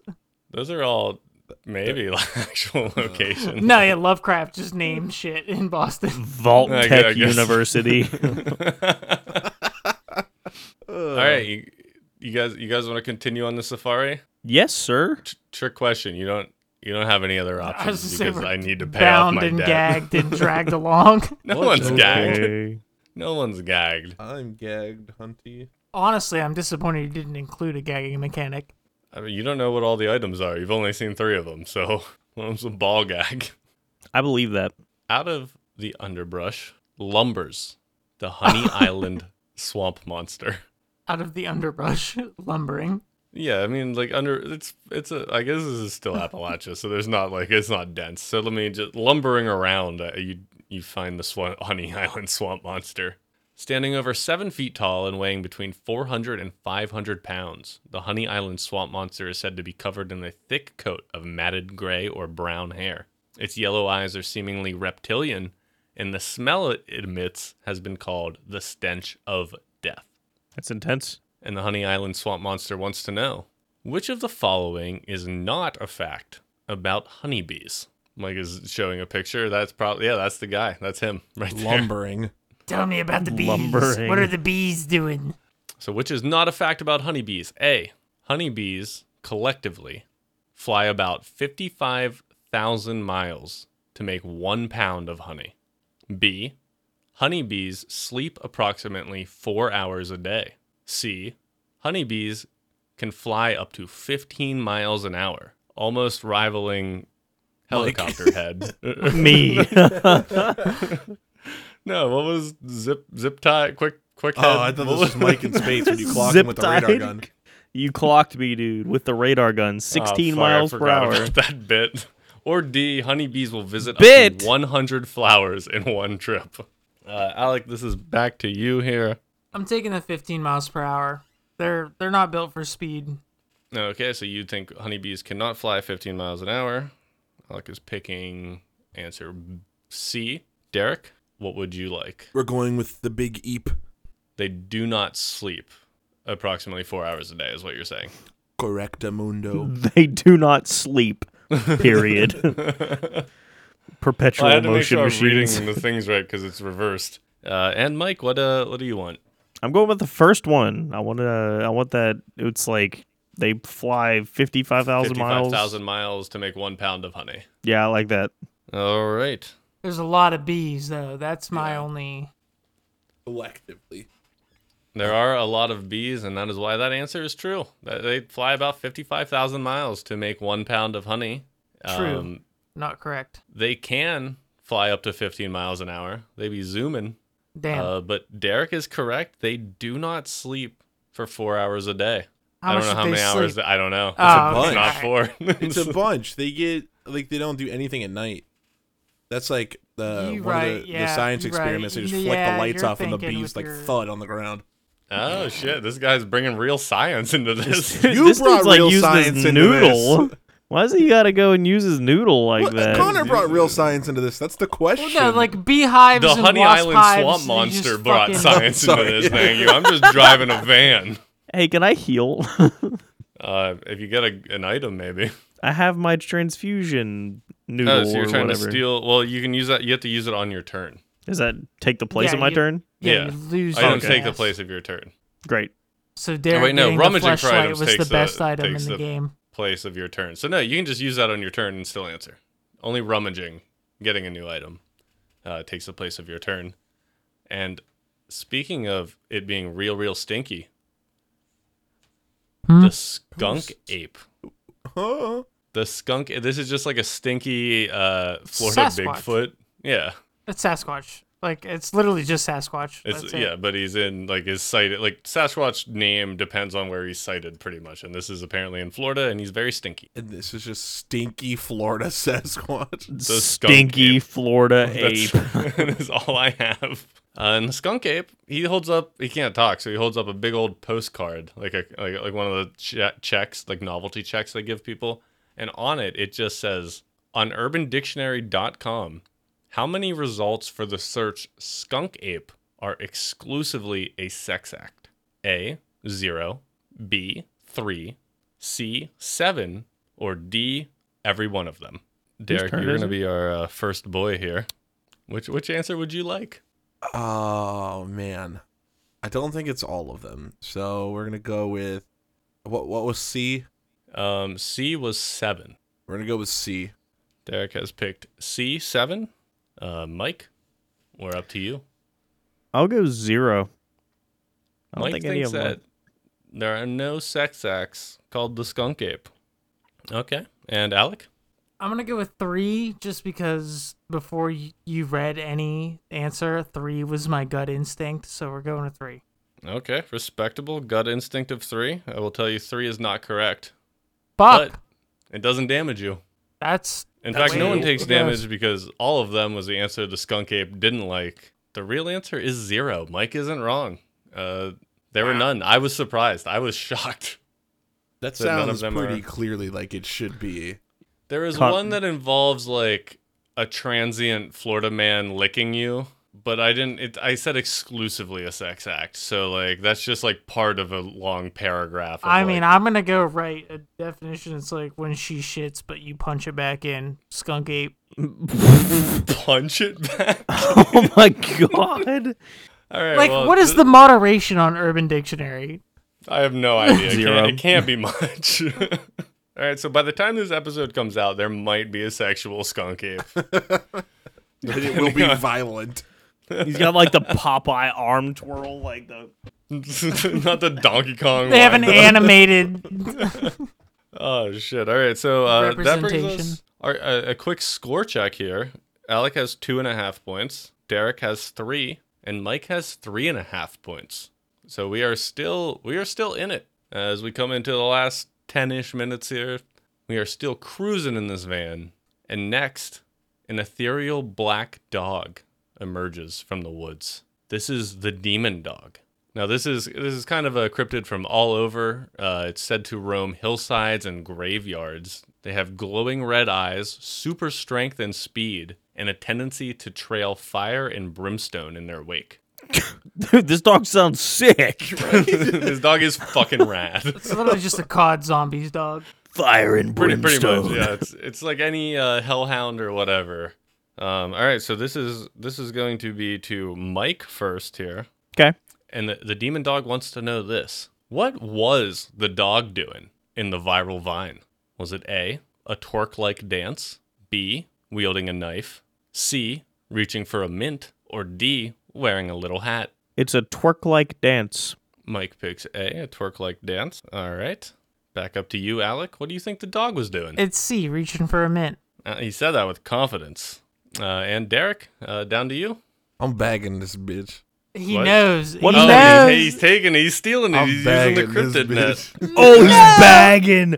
Those are all maybe like, actual locations. no, yeah, Lovecraft just named shit in Boston. Vault I gu- I Tech guess. University. all right, you, you guys, you guys want to continue on the safari? yes, sir. Tr- trick question. You don't, you don't have any other I was options just saying, because we're I need to pay off bound my and debt. gagged and dragged along. no one's gagged. Okay. No one's gagged. I'm gagged, Hunty. Honestly, I'm disappointed you didn't include a gagging mechanic. I mean, you don't know what all the items are. You've only seen three of them, so one of them's a ball gag. I believe that. Out of the underbrush lumbers the Honey Island swamp monster. Out of the underbrush, lumbering. Yeah, I mean, like under it's it's a I guess this is still Appalachia, so there's not like it's not dense. So let me just lumbering around, uh, you you find the swamp, Honey Island swamp monster. Standing over seven feet tall and weighing between 400 and 500 pounds, the Honey Island swamp monster is said to be covered in a thick coat of matted gray or brown hair. Its yellow eyes are seemingly reptilian, and the smell it emits has been called the stench of death. That's intense. And the Honey Island swamp monster wants to know Which of the following is not a fact about honeybees? Mike is showing a picture. That's probably yeah. That's the guy. That's him right there. Lumbering. Tell me about the bees. Lumbering. What are the bees doing? So, which is not a fact about honeybees? A. Honeybees collectively fly about 55,000 miles to make one pound of honey. B. Honeybees sleep approximately four hours a day. C. Honeybees can fly up to 15 miles an hour, almost rivaling Mike. helicopter head. Me. no, what was zip zip tie quick quick head? Oh, I thought What this was Mike in space when you clock him with the radar Zip-tied. gun. you clocked me, dude, with the radar gun, Oh, 16 fuck, I miles per forgot hour. about That bit. Or D, honeybees will visit up Bit. to 100 flowers in one trip. Uh, Alec, this is back to you here. I'm taking the 15 miles per hour. They're they're not built for speed. Okay, so you think honeybees cannot fly 15 miles an hour. Alec is picking answer C. Derek, what would you like? We're going with the big eep. They do not sleep approximately four hours a day, is what you're saying. Correctamundo. They do not sleep. Period. Perpetual I had to make motion sure I'm machines. reading the things right because it's reversed. Uh, and Mike, what uh, what do you want? I'm going with the first one. I want to. I want that. It's like they fly fifty-five thousand miles. 55,000 miles to make one pound of honey. Yeah, I like that. All right. There's a lot of bees though. That's my only. Collectively. There are a lot of bees, and that is why that answer is true. That They fly about 55,000 miles to make one pound of honey. Um, True. Not correct. they can fly up to 15 miles an hour. They be zooming. Damn. Uh, but Derek is correct. They do not sleep for four hours a day. how I don't much know did how they many hours. sleep? I don't know. Oh, it's okay. not four. It's a bunch. They get like they don't do anything at night. That's like the You one right, of the, the yeah, science you right. experiments. They just flick Yeah, the lights you're off and the thinking bees with like your- thud on the ground. oh, shit. This guy's bringing real science into this. You this brought dude's like real using science his into noodle. Why does he gotta go and use his noodle like Well, that? Connor brought real science into this. That's the question. well, no, like beehives. the and Honey wasp Island hives, swamp you monster just brought fucking- science into Sorry. this thing. You, I'm just driving a van. Hey, can I heal? Uh, if you get a, an item, maybe. I have my transfusion noodle Oh, so you're or trying whatever. to steal. Well, you can use that. You have to use it on your turn. Does that take the place Yeah, of my you- turn? Yeah, Yeah. you lose. I don't your take the ass. place of your turn. Great. So Derek wait, no, getting rummaging the for fleshlight items was the takes the- best item takes in the, the- game. Place of your turn. So no, you can just use that on your turn and still answer. Only rummaging, getting a new item, uh, takes the place of your turn. And speaking of it being real, real stinky, Hmm? the skunk ape. huh? The skunk. This is just like a stinky uh, Florida Sasquatch. Bigfoot. Yeah. It's Sasquatch. Like it's literally just Sasquatch. It's That's it. yeah, but he's in like his cited like Sasquatch name depends on where he's cited pretty much, and this is apparently in Florida, and he's very stinky. And this is just stinky Florida Sasquatch. The skunk Stinky ape. Florida That's ape. that is all I have. Uh, and the skunk ape, he holds up. He can't talk, so he holds up a big old postcard, like a like, like one of the che- checks, like novelty checks they give people, and on it it just says on UrbanDictionary.com, how many results for the search skunk ape are exclusively a sex act? A zero, B three, C seven, or D every one of them. Derek, turn you're is gonna it? be our uh, first boy here. Which which answer would you like? Oh man, I don't think it's all of them. So we're gonna go with what? What was C? Um, C was seven. We're gonna go with C. Derek has picked C seven. Uh, Mike, we're up to you. I'll go zero. I Mike don't think any thinks of them. that there are no sex acts called the skunk ape. Okay, and Alec. I'm gonna go with three, just because before you, you read any answer, three was my gut instinct. So we're going with three. Okay, respectable gut instinct of three. I will tell you, three is not correct, Fuck. but it doesn't damage you. that's In That's fact, no one way- takes Yes. damage because all of them was the answer the skunk ape didn't like. The real answer is zero. Mike isn't wrong. Uh, there were none. I was surprised. I was shocked. That So none of sounds them pretty are- clearly like it should be. There is Con- one that involves like a transient Florida man licking you, but I didn't. It, I said exclusively a sex act, so like that's just like part of a long paragraph. Of, I mean, like, I'm gonna go write a definition. It's like when she shits, but you punch it back in. Skunk ape. punch it back. oh my god. All right, Like, well, what is th- the moderation on Urban Dictionary? I have no idea. It Zero. can't, it can't be much. All right, so by the time this episode comes out, there might be a sexual skunk ape. And it will be violent. He's got like the Popeye arm twirl, like the Not the Donkey Kong. They have an wind-up. animated. Oh shit! All right, so uh, that brings Representation. us our, uh, a quick score check here. Alec has two and a half points. Derek has three, and Mike has three and a half points. So we are still we are still in it as we come into the last ten-ish minutes here. We are still cruising in this van, and next, an ethereal black dog emerges from the woods. This is the demon dog. Now this is this is kind of a cryptid from all over. Uh, it's said to roam hillsides and graveyards. They have glowing red eyes, super strength and speed, and a tendency to trail fire and brimstone in their wake. Dude, this dog sounds sick. this dog is fucking rad. it's literally just a cod zombies dog. Fire and pretty brimstone. pretty much yeah it's, it's like any uh, hellhound or whatever um, all right so this is this is going to be to mike first here Okay. and the, the demon dog wants to know this what was the dog doing in the viral vine was it a a twerk like dance b wielding a knife c reaching for a mint or d wearing a little hat It's a twerk-like dance. mike picks a a twerk like dance all right back up to you alec what do you think the dog was doing It's C, reaching for a mint. Uh, he said that with confidence. Uh, and Derek, uh, down to you. I'm bagging this bitch. He What? knows. What he is Oh, that? knows. he's, he's taking it. He's stealing it. I'm he's using the bagging cryptid this net. bitch. Oh, he's bagging.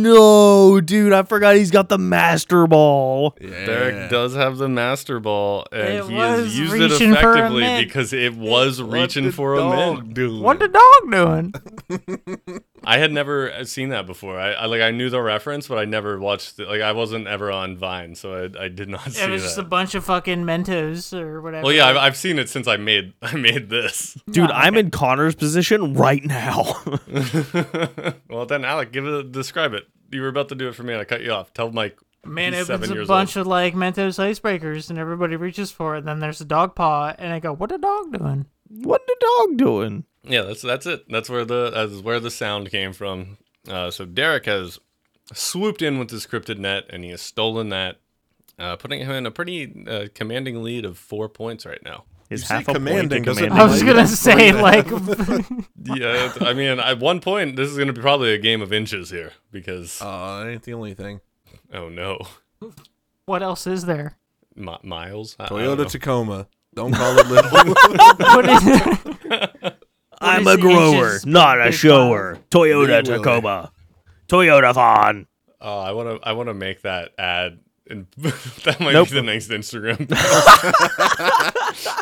No, dude, I forgot he's got the master ball. Yeah. Derek does have the master ball, and It he has was used it reaching for a effectively mint. because it was What reaching the for a dog mint. doing? What the dog doing? I had never uh, seen that before. I, I like I knew the reference, but I never watched it. Like I wasn't ever on Vine, so I, I did not see it was just a that. bunch of fucking Mentos or whatever. Well, yeah, I've, I've seen it since I made I made this. Dude, I'm in Connor's position right now. well, then Alec, give it describe it. You were about to do it for me, and I cut you off. Tell Mike. Man he's opens seven a years bunch of like Mentos icebreakers and everybody reaches for it. And then there's a dog paw, and I go, "What a dog doing?" what the dog doing? Yeah, that's that's it. That's where the that's where the sound came from. Uh, so Derek has swooped in with his cryptid net, and he has stolen that, uh, putting him in a pretty uh, commanding lead of four points right now. Is You say commanding, doesn't I mean was you gonna got three say and a like, Yeah, it's- I mean, at one point, this is going to be probably a game of inches here because Uh, ain't the only thing. oh no, what else is there? Mi- Miles, I- I don't know. Toyota Tacoma. Don't call it little. What is- I'm is a the grower, inches not a big shower. Toyota Big wheeler. Tacoma. Toyota Fawn. Oh, I want to I want to make that ad, and that might Nope. be the next Instagram.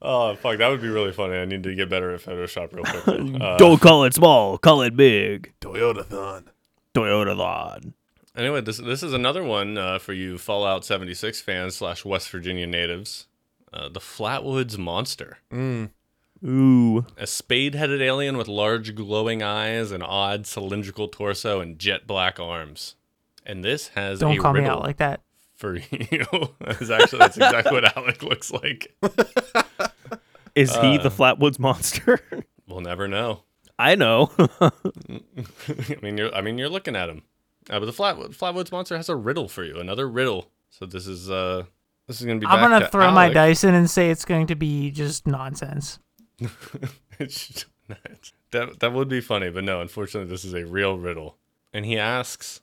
oh fuck, that would be really funny. I need to get better at Photoshop real quick. Uh, Don't call it small, call it big. Toyota Thon. Toyota Fawn. Anyway, this this is another one uh, for you Fallout 76 fans slash West Virginia natives. Uh, the Flatwoods Monster, Mm. Ooh. a spade-headed alien with large glowing eyes, an odd cylindrical torso, and jet black arms. And this has Don't a call me riddle out like that. for you. that's actually that's exactly what Alec looks like. Is he the Flatwoods monster? We'll never know. Uh, I know. I mean, you're I mean you're looking at him. Uh, but the Flatwood, Flatwoods Monster has a riddle for you, another riddle. So this is uh this is gonna be. I'm back gonna to throw my Alec. dice in and say it's going to be just nonsense. It's- that that would be funny, but no, unfortunately, this is a real riddle. And he asks,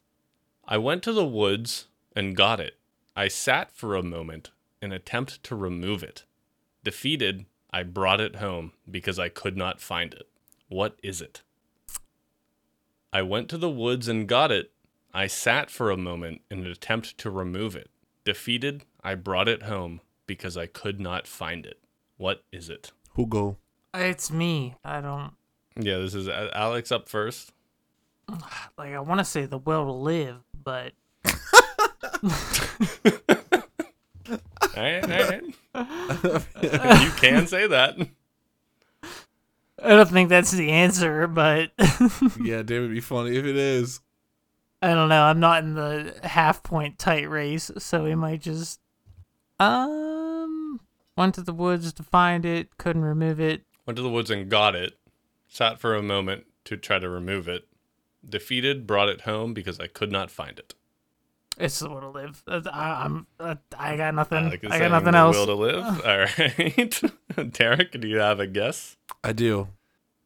"I went to the woods and got it. I sat for a moment in attempt to remove it. Defeated, I brought it home because I could not find it. What is it? I went to the woods and got it. I sat for a moment in an attempt to remove it. Defeated, I brought it home because I could not find it. What is it?" Hugo. It's me. I don't Yeah, this is A- Alex up first. like. I want to say the will to live, but All right, all right. you can say that. I don't think that's the answer, but yeah, damn, it'd be funny if it is. I don't know. I'm not in the half point tight race, so we might just um went to the woods to find it, couldn't remove it. Went to the woods and got it. Sat for a moment to try to remove it. Defeated, brought it home because I could not find it. It's the will to live. Uh, I, I'm. uh, I got nothing. Alec is I got saying nothing the else. Will to live. All right, Derek, do you have a guess? I do.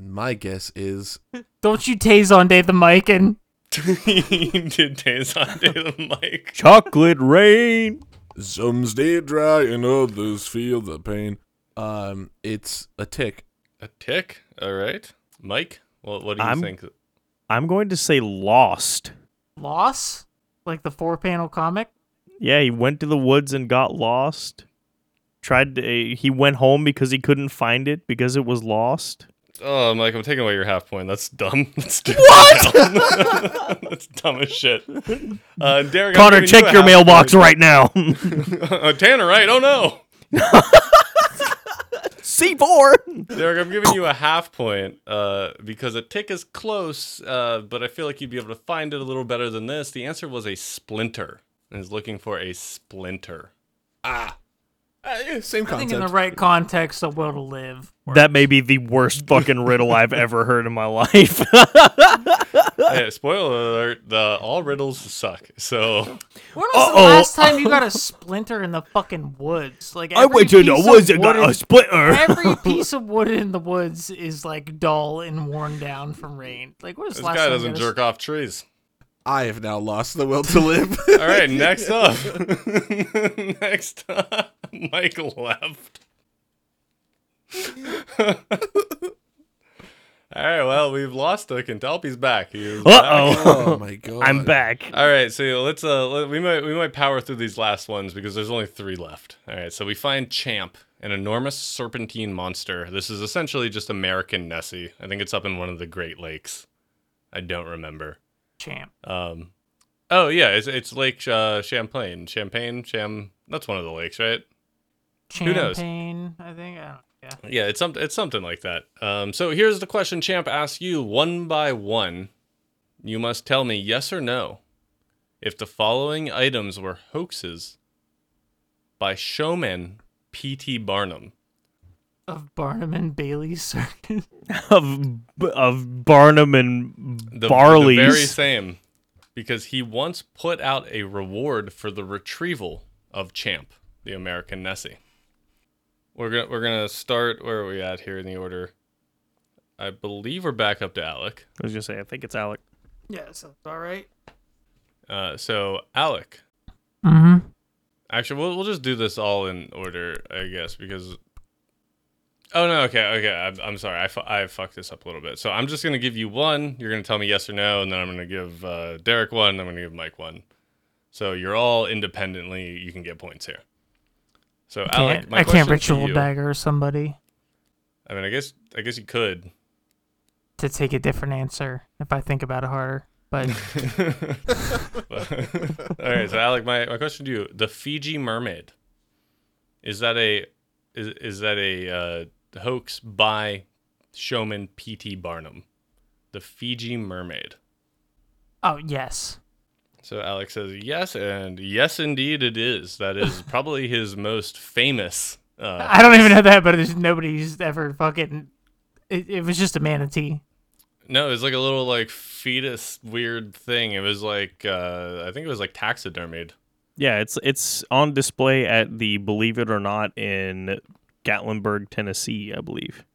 My guess is Don't you tase on Dave the mic and he did dance on Day of the Mic. Chocolate rain. some stay dry and others feel the pain. Um, it's a tick. A tick. All right, Mike. Well, what do you I'm- think? I'm going to say lost. loss, like the four panel comic. Yeah, he went to the woods and got lost. Tried to, eh, he went home because he couldn't find it because it was lost. Oh, Mike, I'm taking away your half point. That's dumb. That's stupid. What? That's dumb as shit. Uh, Derek, I'm giving Connor, you a check your half mailbox point. right now. Uh, Tanner, right? Oh no, C4. Derek, I'm giving you a half point uh, because a tick is close, uh, but I feel like you'd be able to find it a little better than this. The answer was a splinter. And is looking for a splinter. Ah, Uh, yeah, same I think concept. in the right context, the will to live. That may be the worst fucking riddle I've ever heard in my life. Hey, spoiler alert: the all riddles suck. So When was the Uh-oh. last time you got a splinter in the fucking woods? Like every piece of wood in- splitter. Every piece of wood in the woods is like dull and worn down from rain. Like what is this last guy time you doesn't got a jerk off trees. I have now lost the will to live. All right, next up. next up, Mike left. All right, well, we've lost Dick and Delpy's back. He was back. oh Uh oh. my god! I'm back. All right, so let's uh let, we might we might power through these last ones because there's only 3 left. All right, so we find Champ, an enormous serpentine monster. This is essentially just American Nessie. I think it's up in one of the Great Lakes. I don't remember. champ? Um, oh yeah, it's it's Lake uh, Champlain, Champagne, Cham. That's one of the lakes, right? knows? Champagne, I think. I don't, yeah. Yeah, it's some it's something like that. Um, so here's the question Champ asks you one by one. You must tell me yes or no if the following items were hoaxes by showman P.T. Barnum. Of Barnum and Bailey circus. Of of Barnum and The, Barley's. the very same, because he once put out a reward for the retrieval of Champ, the American Nessie. We're gonna we're gonna start where are we at here in the order? I believe we're back up to Alec. I was gonna say, I think it's Alec. yeah, so all right. Uh, so Alec, Mm-hmm. actually, we'll we'll just do this all in order, I guess, because. Oh no! Okay, okay. I'm, I'm sorry. I, fu- I fucked this up a little bit. So I'm just gonna give you one. You're gonna tell me yes or no, and then I'm gonna give uh, Derek one. And I'm gonna give Mike one. So you're all independently. You can get points here. So Alec, my I question can't to ritual you- dagger somebody I mean, I guess I guess you could. to take a different answer if I think about it harder. But all right. So Alec, my, my question to you: the Fiji mermaid is that a is, is that a uh, hoax by showman P.T. Barnum? The Fiji mermaid. oh yes, So Alec says yes, and yes, indeed, it is. That is probably his most famous. Uh, I don't even know that, but there's nobody's ever fucking. It, it was just a manatee. no, it's like a little like fetus weird thing. It was like uh, I think it was like taxidermied. Yeah, it's it's on display at the Believe It or Not in Gatlinburg, Tennessee, I believe.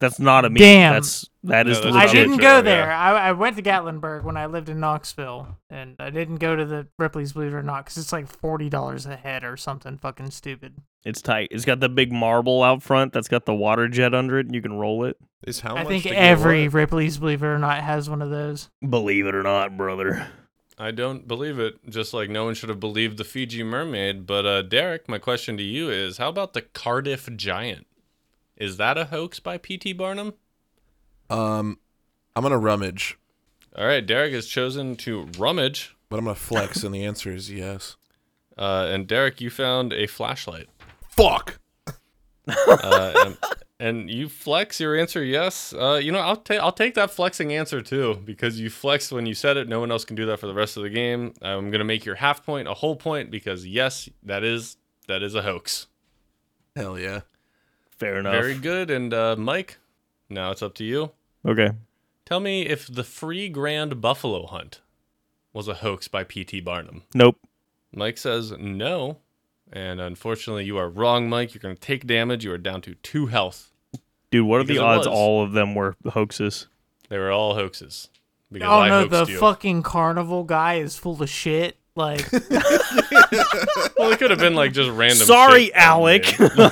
That's not a meme. Damn. That's that No, is that's legit. I Legit, didn't go yeah. there. I, I went to Gatlinburg when I lived in Knoxville, and I didn't go to the Ripley's Believe It or Not because it's like forty dollars a head or something fucking stupid. It's tight. It's got the big marble out front that's got the water jet under it and you can roll it. Is how I much think to get every what? Ripley's Believe It or Not has one of those. Believe it or not, brother. I don't believe it. Just like no one should have believed the Fiji mermaid. But uh, Derek, my question to you is: How about the Cardiff Giant? Is that a hoax by P.T. Barnum? Um, I'm gonna rummage, All right, Derek has chosen to rummage. but I'm gonna flex, and the answer is yes. Uh, and Derek, you found a flashlight. Fuck. Uh, and, and you flex your answer yes. Uh, you know, I'll take I'll take that flexing answer too because you flexed when you said it. No one else can do that for the rest of the game. I'm gonna make your half point a whole point because yes, that is that is a hoax. Hell yeah. Fair enough. Very good. And uh, Mike, now it's up to you. Okay. Tell me if the free grand buffalo hunt was a hoax by P.T. Barnum. Nope. Mike says no. And unfortunately, you are wrong, Mike. You're going to take damage. You are down to two health. Dude, what are Because the it odds was. all of them were hoaxes? They were all hoaxes. Because Oh I no, the hoaxed you. fucking carnival guy is full of shit. Like, Well, it could have been like just random. Sorry, shit that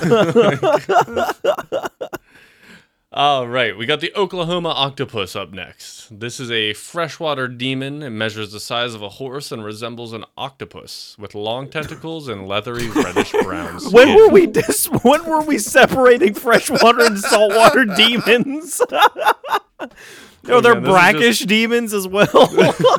you Alec. did. All right, we got the Oklahoma octopus up next. This is a freshwater demon. It measures the size of a horse and resembles an octopus with long tentacles and leathery reddish brown skin. when were we dis- when were we separating freshwater and saltwater demons? No, they're man, this is just- brackish demons as well.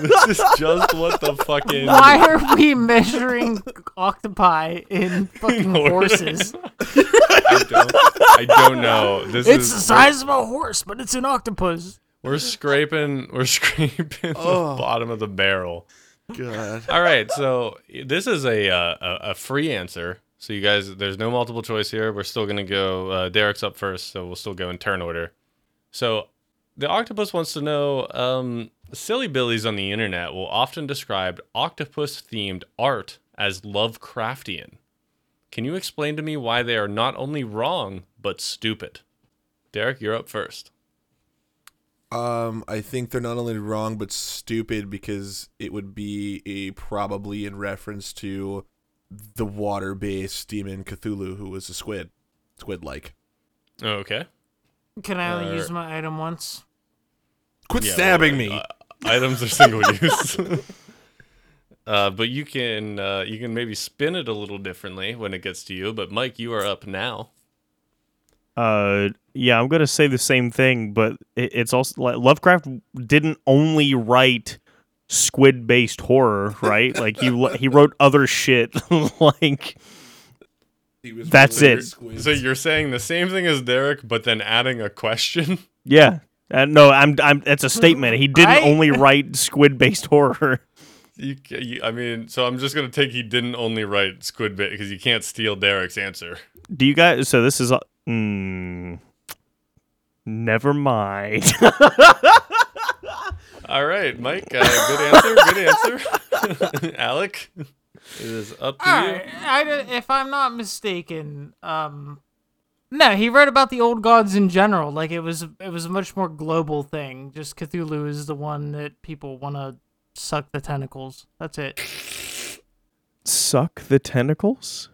this is just what the fucking why are we measuring octopi in fucking horses? I don't, I don't know. This It's is the size of a horse, but it's an octopus. we're scraping we're scraping Oh. the bottom of the barrel. God. All right, so this is a uh, a, a free answer. So you guys, there's no multiple choice here. We're still gonna go. Uh, Derek's up first, so we'll still go in turn order. So the octopus wants to know. Um, silly billies on the internet will often describe octopus-themed art as Lovecraftian. Can you explain to me why they are not only wrong but stupid? Derek, you're up first. Um, I think they're not only wrong but stupid because it would be a probably in reference to the water-based demon Cthulhu, who was a squid, squid-like. Okay. Can I only Uh, use my item once? Quit Yeah, stabbing well, me. uh, items are single use. Uh, but you can uh, you can maybe spin it a little differently when it gets to you. But Mike, you are up now. Uh, yeah, I'm gonna say the same thing, but it, it's also like Lovecraft didn't only write squid-based horror, right? like he lo- he wrote other shit. like He was that's related it. to squids. So you're saying the same thing as Derek, but then adding a question. yeah, uh, no, I'm I'm. That's a statement. He didn't Right? only write squid-based horror. You, ca- you, I mean, so I'm just gonna take he didn't only write Squid Bit because you can't steal Derek's answer. Do you guys? So this is. uh, Mm, never mind. All right, Mike. Uh, good answer. Good answer. Alec, it is up to you. Alright, I don't- if I'm not mistaken, um, no, he wrote about the old gods in general. Like it was, it was a much more global thing. Just Cthulhu is the one that people want to suck the tentacles. That's it. Suck the tentacles.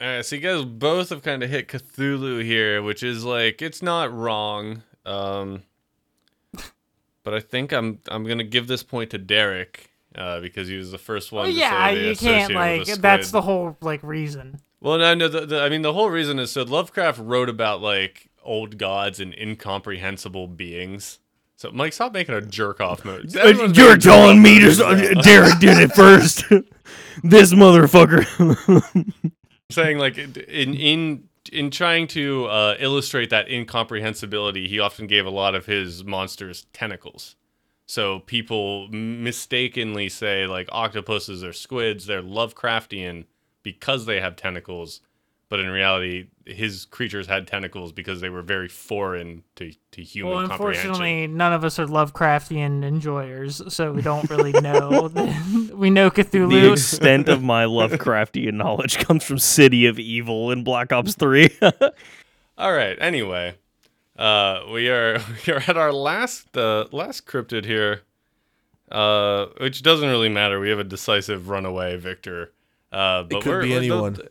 All right, so you guys both have kind of hit Cthulhu here, which is like it's not wrong, um, but I think I'm I'm gonna give this point to Derek uh, because he was the first one. Well, to say yeah, they you associate can't it like. with a That's the squid. whole like reason. Well, no, no. The, the, I mean, the whole reason is so Lovecraft wrote about like old gods and incomprehensible beings. So, Mike, stop making a jerk off mode. Everyone's You're making jerk-off telling me modes to. now. Derek did it first. this motherfucker. saying like in in in trying to uh, illustrate that incomprehensibility, he often gave a lot of his monsters tentacles. So people mistakenly say like octopuses are squids, they're Lovecraftian because they have tentacles, but in reality, his creatures had tentacles because they were very foreign to to human Well, comprehension. unfortunately, none of us are Lovecraftian enjoyers, so we don't really know. we know the Cthulhu. extent of my Lovecraftian knowledge comes from City of Evil in Black Ops 3. All right. Anyway, uh, we are we are at our last uh, last cryptid here, uh, which doesn't really matter. We have a decisive runaway victor. Uh, but could we're- be we're- anyone. The,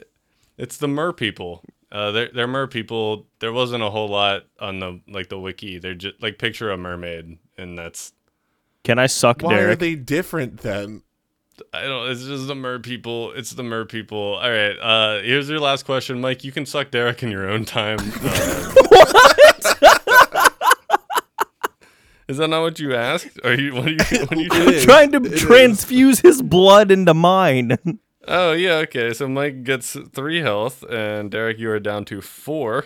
it's the mer people. Uh, they're, they're mer people. There wasn't a whole lot on the like the wiki. They're just like picture a mermaid, and that's Can I suck Why are Derek? they different then? I don't. It's just the mer people. It's the mer people. All right. Uh, here's your last question, Mike. You can suck Derek in your own time. Uh, Is that not what you asked? Are you? What are you? What are you It is. Trying to It is. transfuse his blood into mine. Oh yeah, okay. So Mike gets three health, and Derek, you are down to four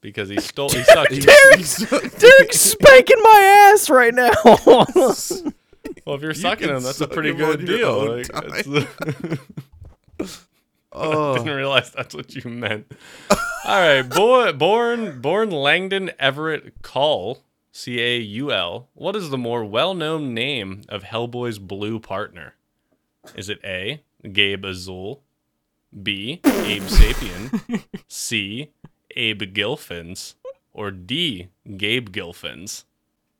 because he stole. He sucked. you. Derek's spanking my ass right now. Well, if you're sucking can him, that's suck a pretty him good on your deal. own Like, time. that's- oh, didn't realize that's what you meant. All right, boy, born born Langdon Everett Call, C A U L. What is the more well-known name of Hellboy's blue partner? Is it A. Gabe Azul, B. Abe Sapien, C. Abe Gilfins, or D. Gabe Gilfins?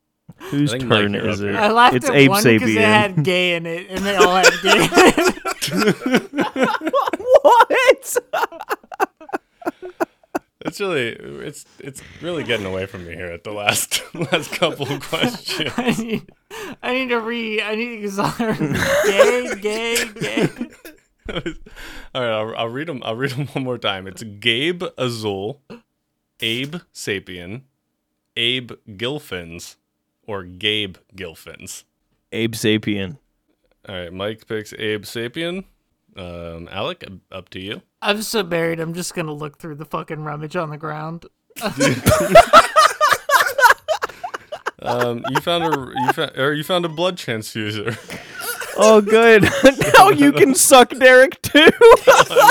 Whose I think Mike, turn you're is up it? here. I laughed it's at Abe one because it Sapien. had gay in it, and they all had gay. In it. what? It's really it's it's really getting away from me here at the last last couple of questions. I need, I need to re. I need to exonerate gay, gay, gay. All right, I'll, I'll read them. I'll read them one more time. It's Gabe Azul, Abe Sapien, Abe Gilfins, or Gabe Gilfins. Abe Sapien. All right, Mike picks Abe Sapien. Um, Alec, up to you. I'm so buried. I'm just gonna look through the fucking rummage on the ground. Um, you found a you found or you found a blood transfuser. Oh, good. now you can suck Derek too.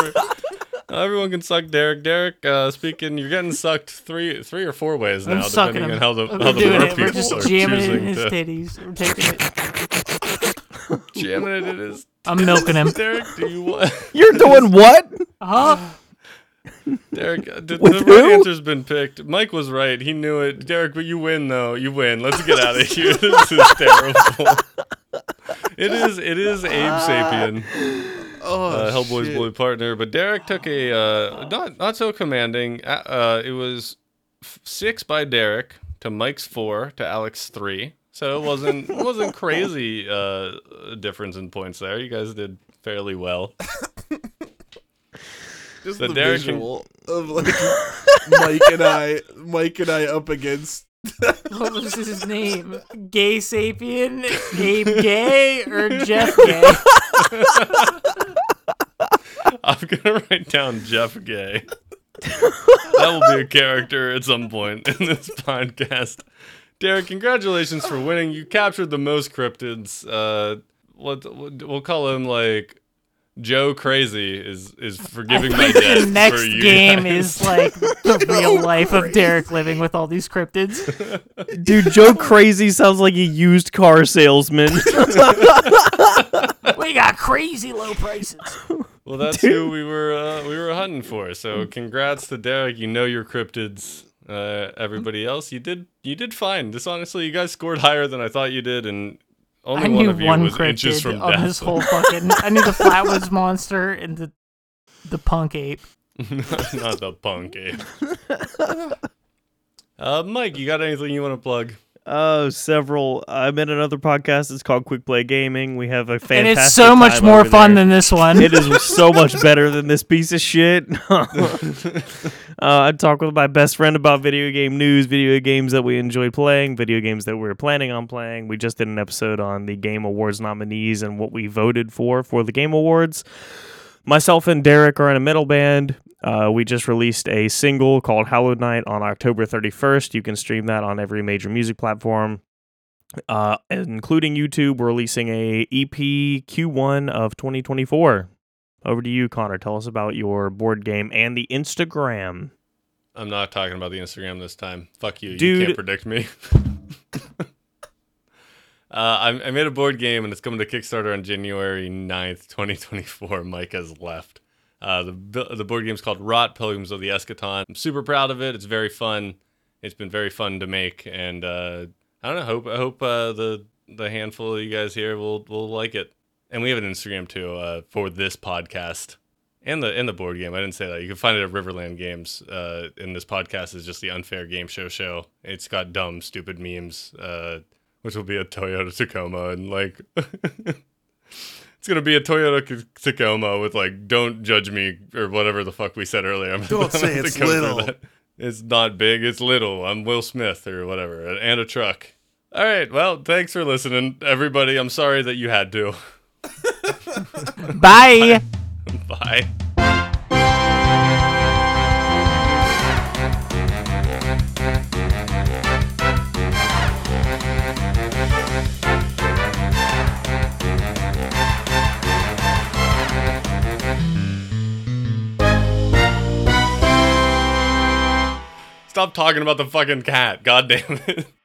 Everyone can suck Derek. Derek, uh, speaking, you're getting sucked three three or four ways now, I'm sucking depending on him. how the We're how the doing more it. We're people just are jamming it in choosing his to titties. We're taking it. jamming it in his. I'm milking him. Derek, do you want? You're doing what? Huh? Derek, uh, the, With the right who? answer's been picked. Mike was right. He knew it. Derek, but you win though. You win. Let's get out of here. This is terrible. It is. It is Abe Sapien, oh, uh, Hellboy's shit. blue partner. But Derek took a uh, not not so commanding. Uh, uh, it was f- six by Derek to Mike's four to Alex three. So it wasn't it wasn't crazy uh, difference in points there. You guys did fairly well. Just So the Derek can- visual of like Mike and I, Mike and I up against. What was his name? Gay Sapien? Abe Gay? Or Jeff Gay? I'm gonna write down Jeff Gay. that will be a character at some point in this podcast. Derek, congratulations for winning. You captured the most cryptids. Uh, what we'll call him like Joe Crazy is is forgiving my debt. the Oh, next for you game guys. is like the real life of Derek living with all these cryptids. Dude, Joe Crazy sounds like a used car salesman. We got crazy low prices. Well, that's who we were uh, we were hunting for. So, congrats to Derek. You know your cryptids. Uh, everybody else, you did you did fine. This honestly, you guys scored higher than I thought you did, and only I one knew of you one was inches cryptid from on death. this whole fucking. I knew the Flatwoods monster and the the punk ape. Not the punk ape. Uh, Mike, you got anything you want to plug? Oh, several. I'm in another podcast. It's called Quick Play Gaming. We have a And fantastic. it's so much time more over fun there. than this one. It is so much better than this piece of shit. uh, I talk with my best friend about video game news, video games that we enjoy playing, video games that we're planning on playing. We just did an episode on the Game Awards nominees and what we voted for for the Game Awards. Myself and Derek are in a metal band. Uh, we just released a single called Hallowed Night on October 31st. You can stream that on every major music platform uh, including YouTube. We're releasing a E EP Q1 of 2024. Over to you, Connor. Tell us about your board game and the Instagram. I'm not talking about the Instagram this time. Fuck you. You Dude. can't predict me. uh, I, I made a board game and it's coming to Kickstarter on January 9th, 2024. Mike has left. Uh, the, bu- the board game's called Rot Pilgrims of the Eschaton. I'm super proud of it. It's very fun. It's been very fun to make. And uh, I don't know. Hope, I hope uh, the, the handful of you guys here will, will like it. And we have an Instagram too uh, for this podcast and the and the board game. I didn't say that. You can find it at Riverland Games. Uh, and this podcast is just the unfair game show show. It's got dumb, stupid memes, uh, which will be a Toyota Tacoma and like. It's gonna be a Toyota C- Tacoma with like "Don't judge me" or whatever the fuck we said earlier. I'm Don't say I'm gonna it's go through little. that. It's not big. It's little. I'm Will Smith or whatever, and a truck. All right. Well, thanks for listening, everybody. I'm sorry that you had to. Bye. Bye. Stop talking about the fucking cat. God damn it.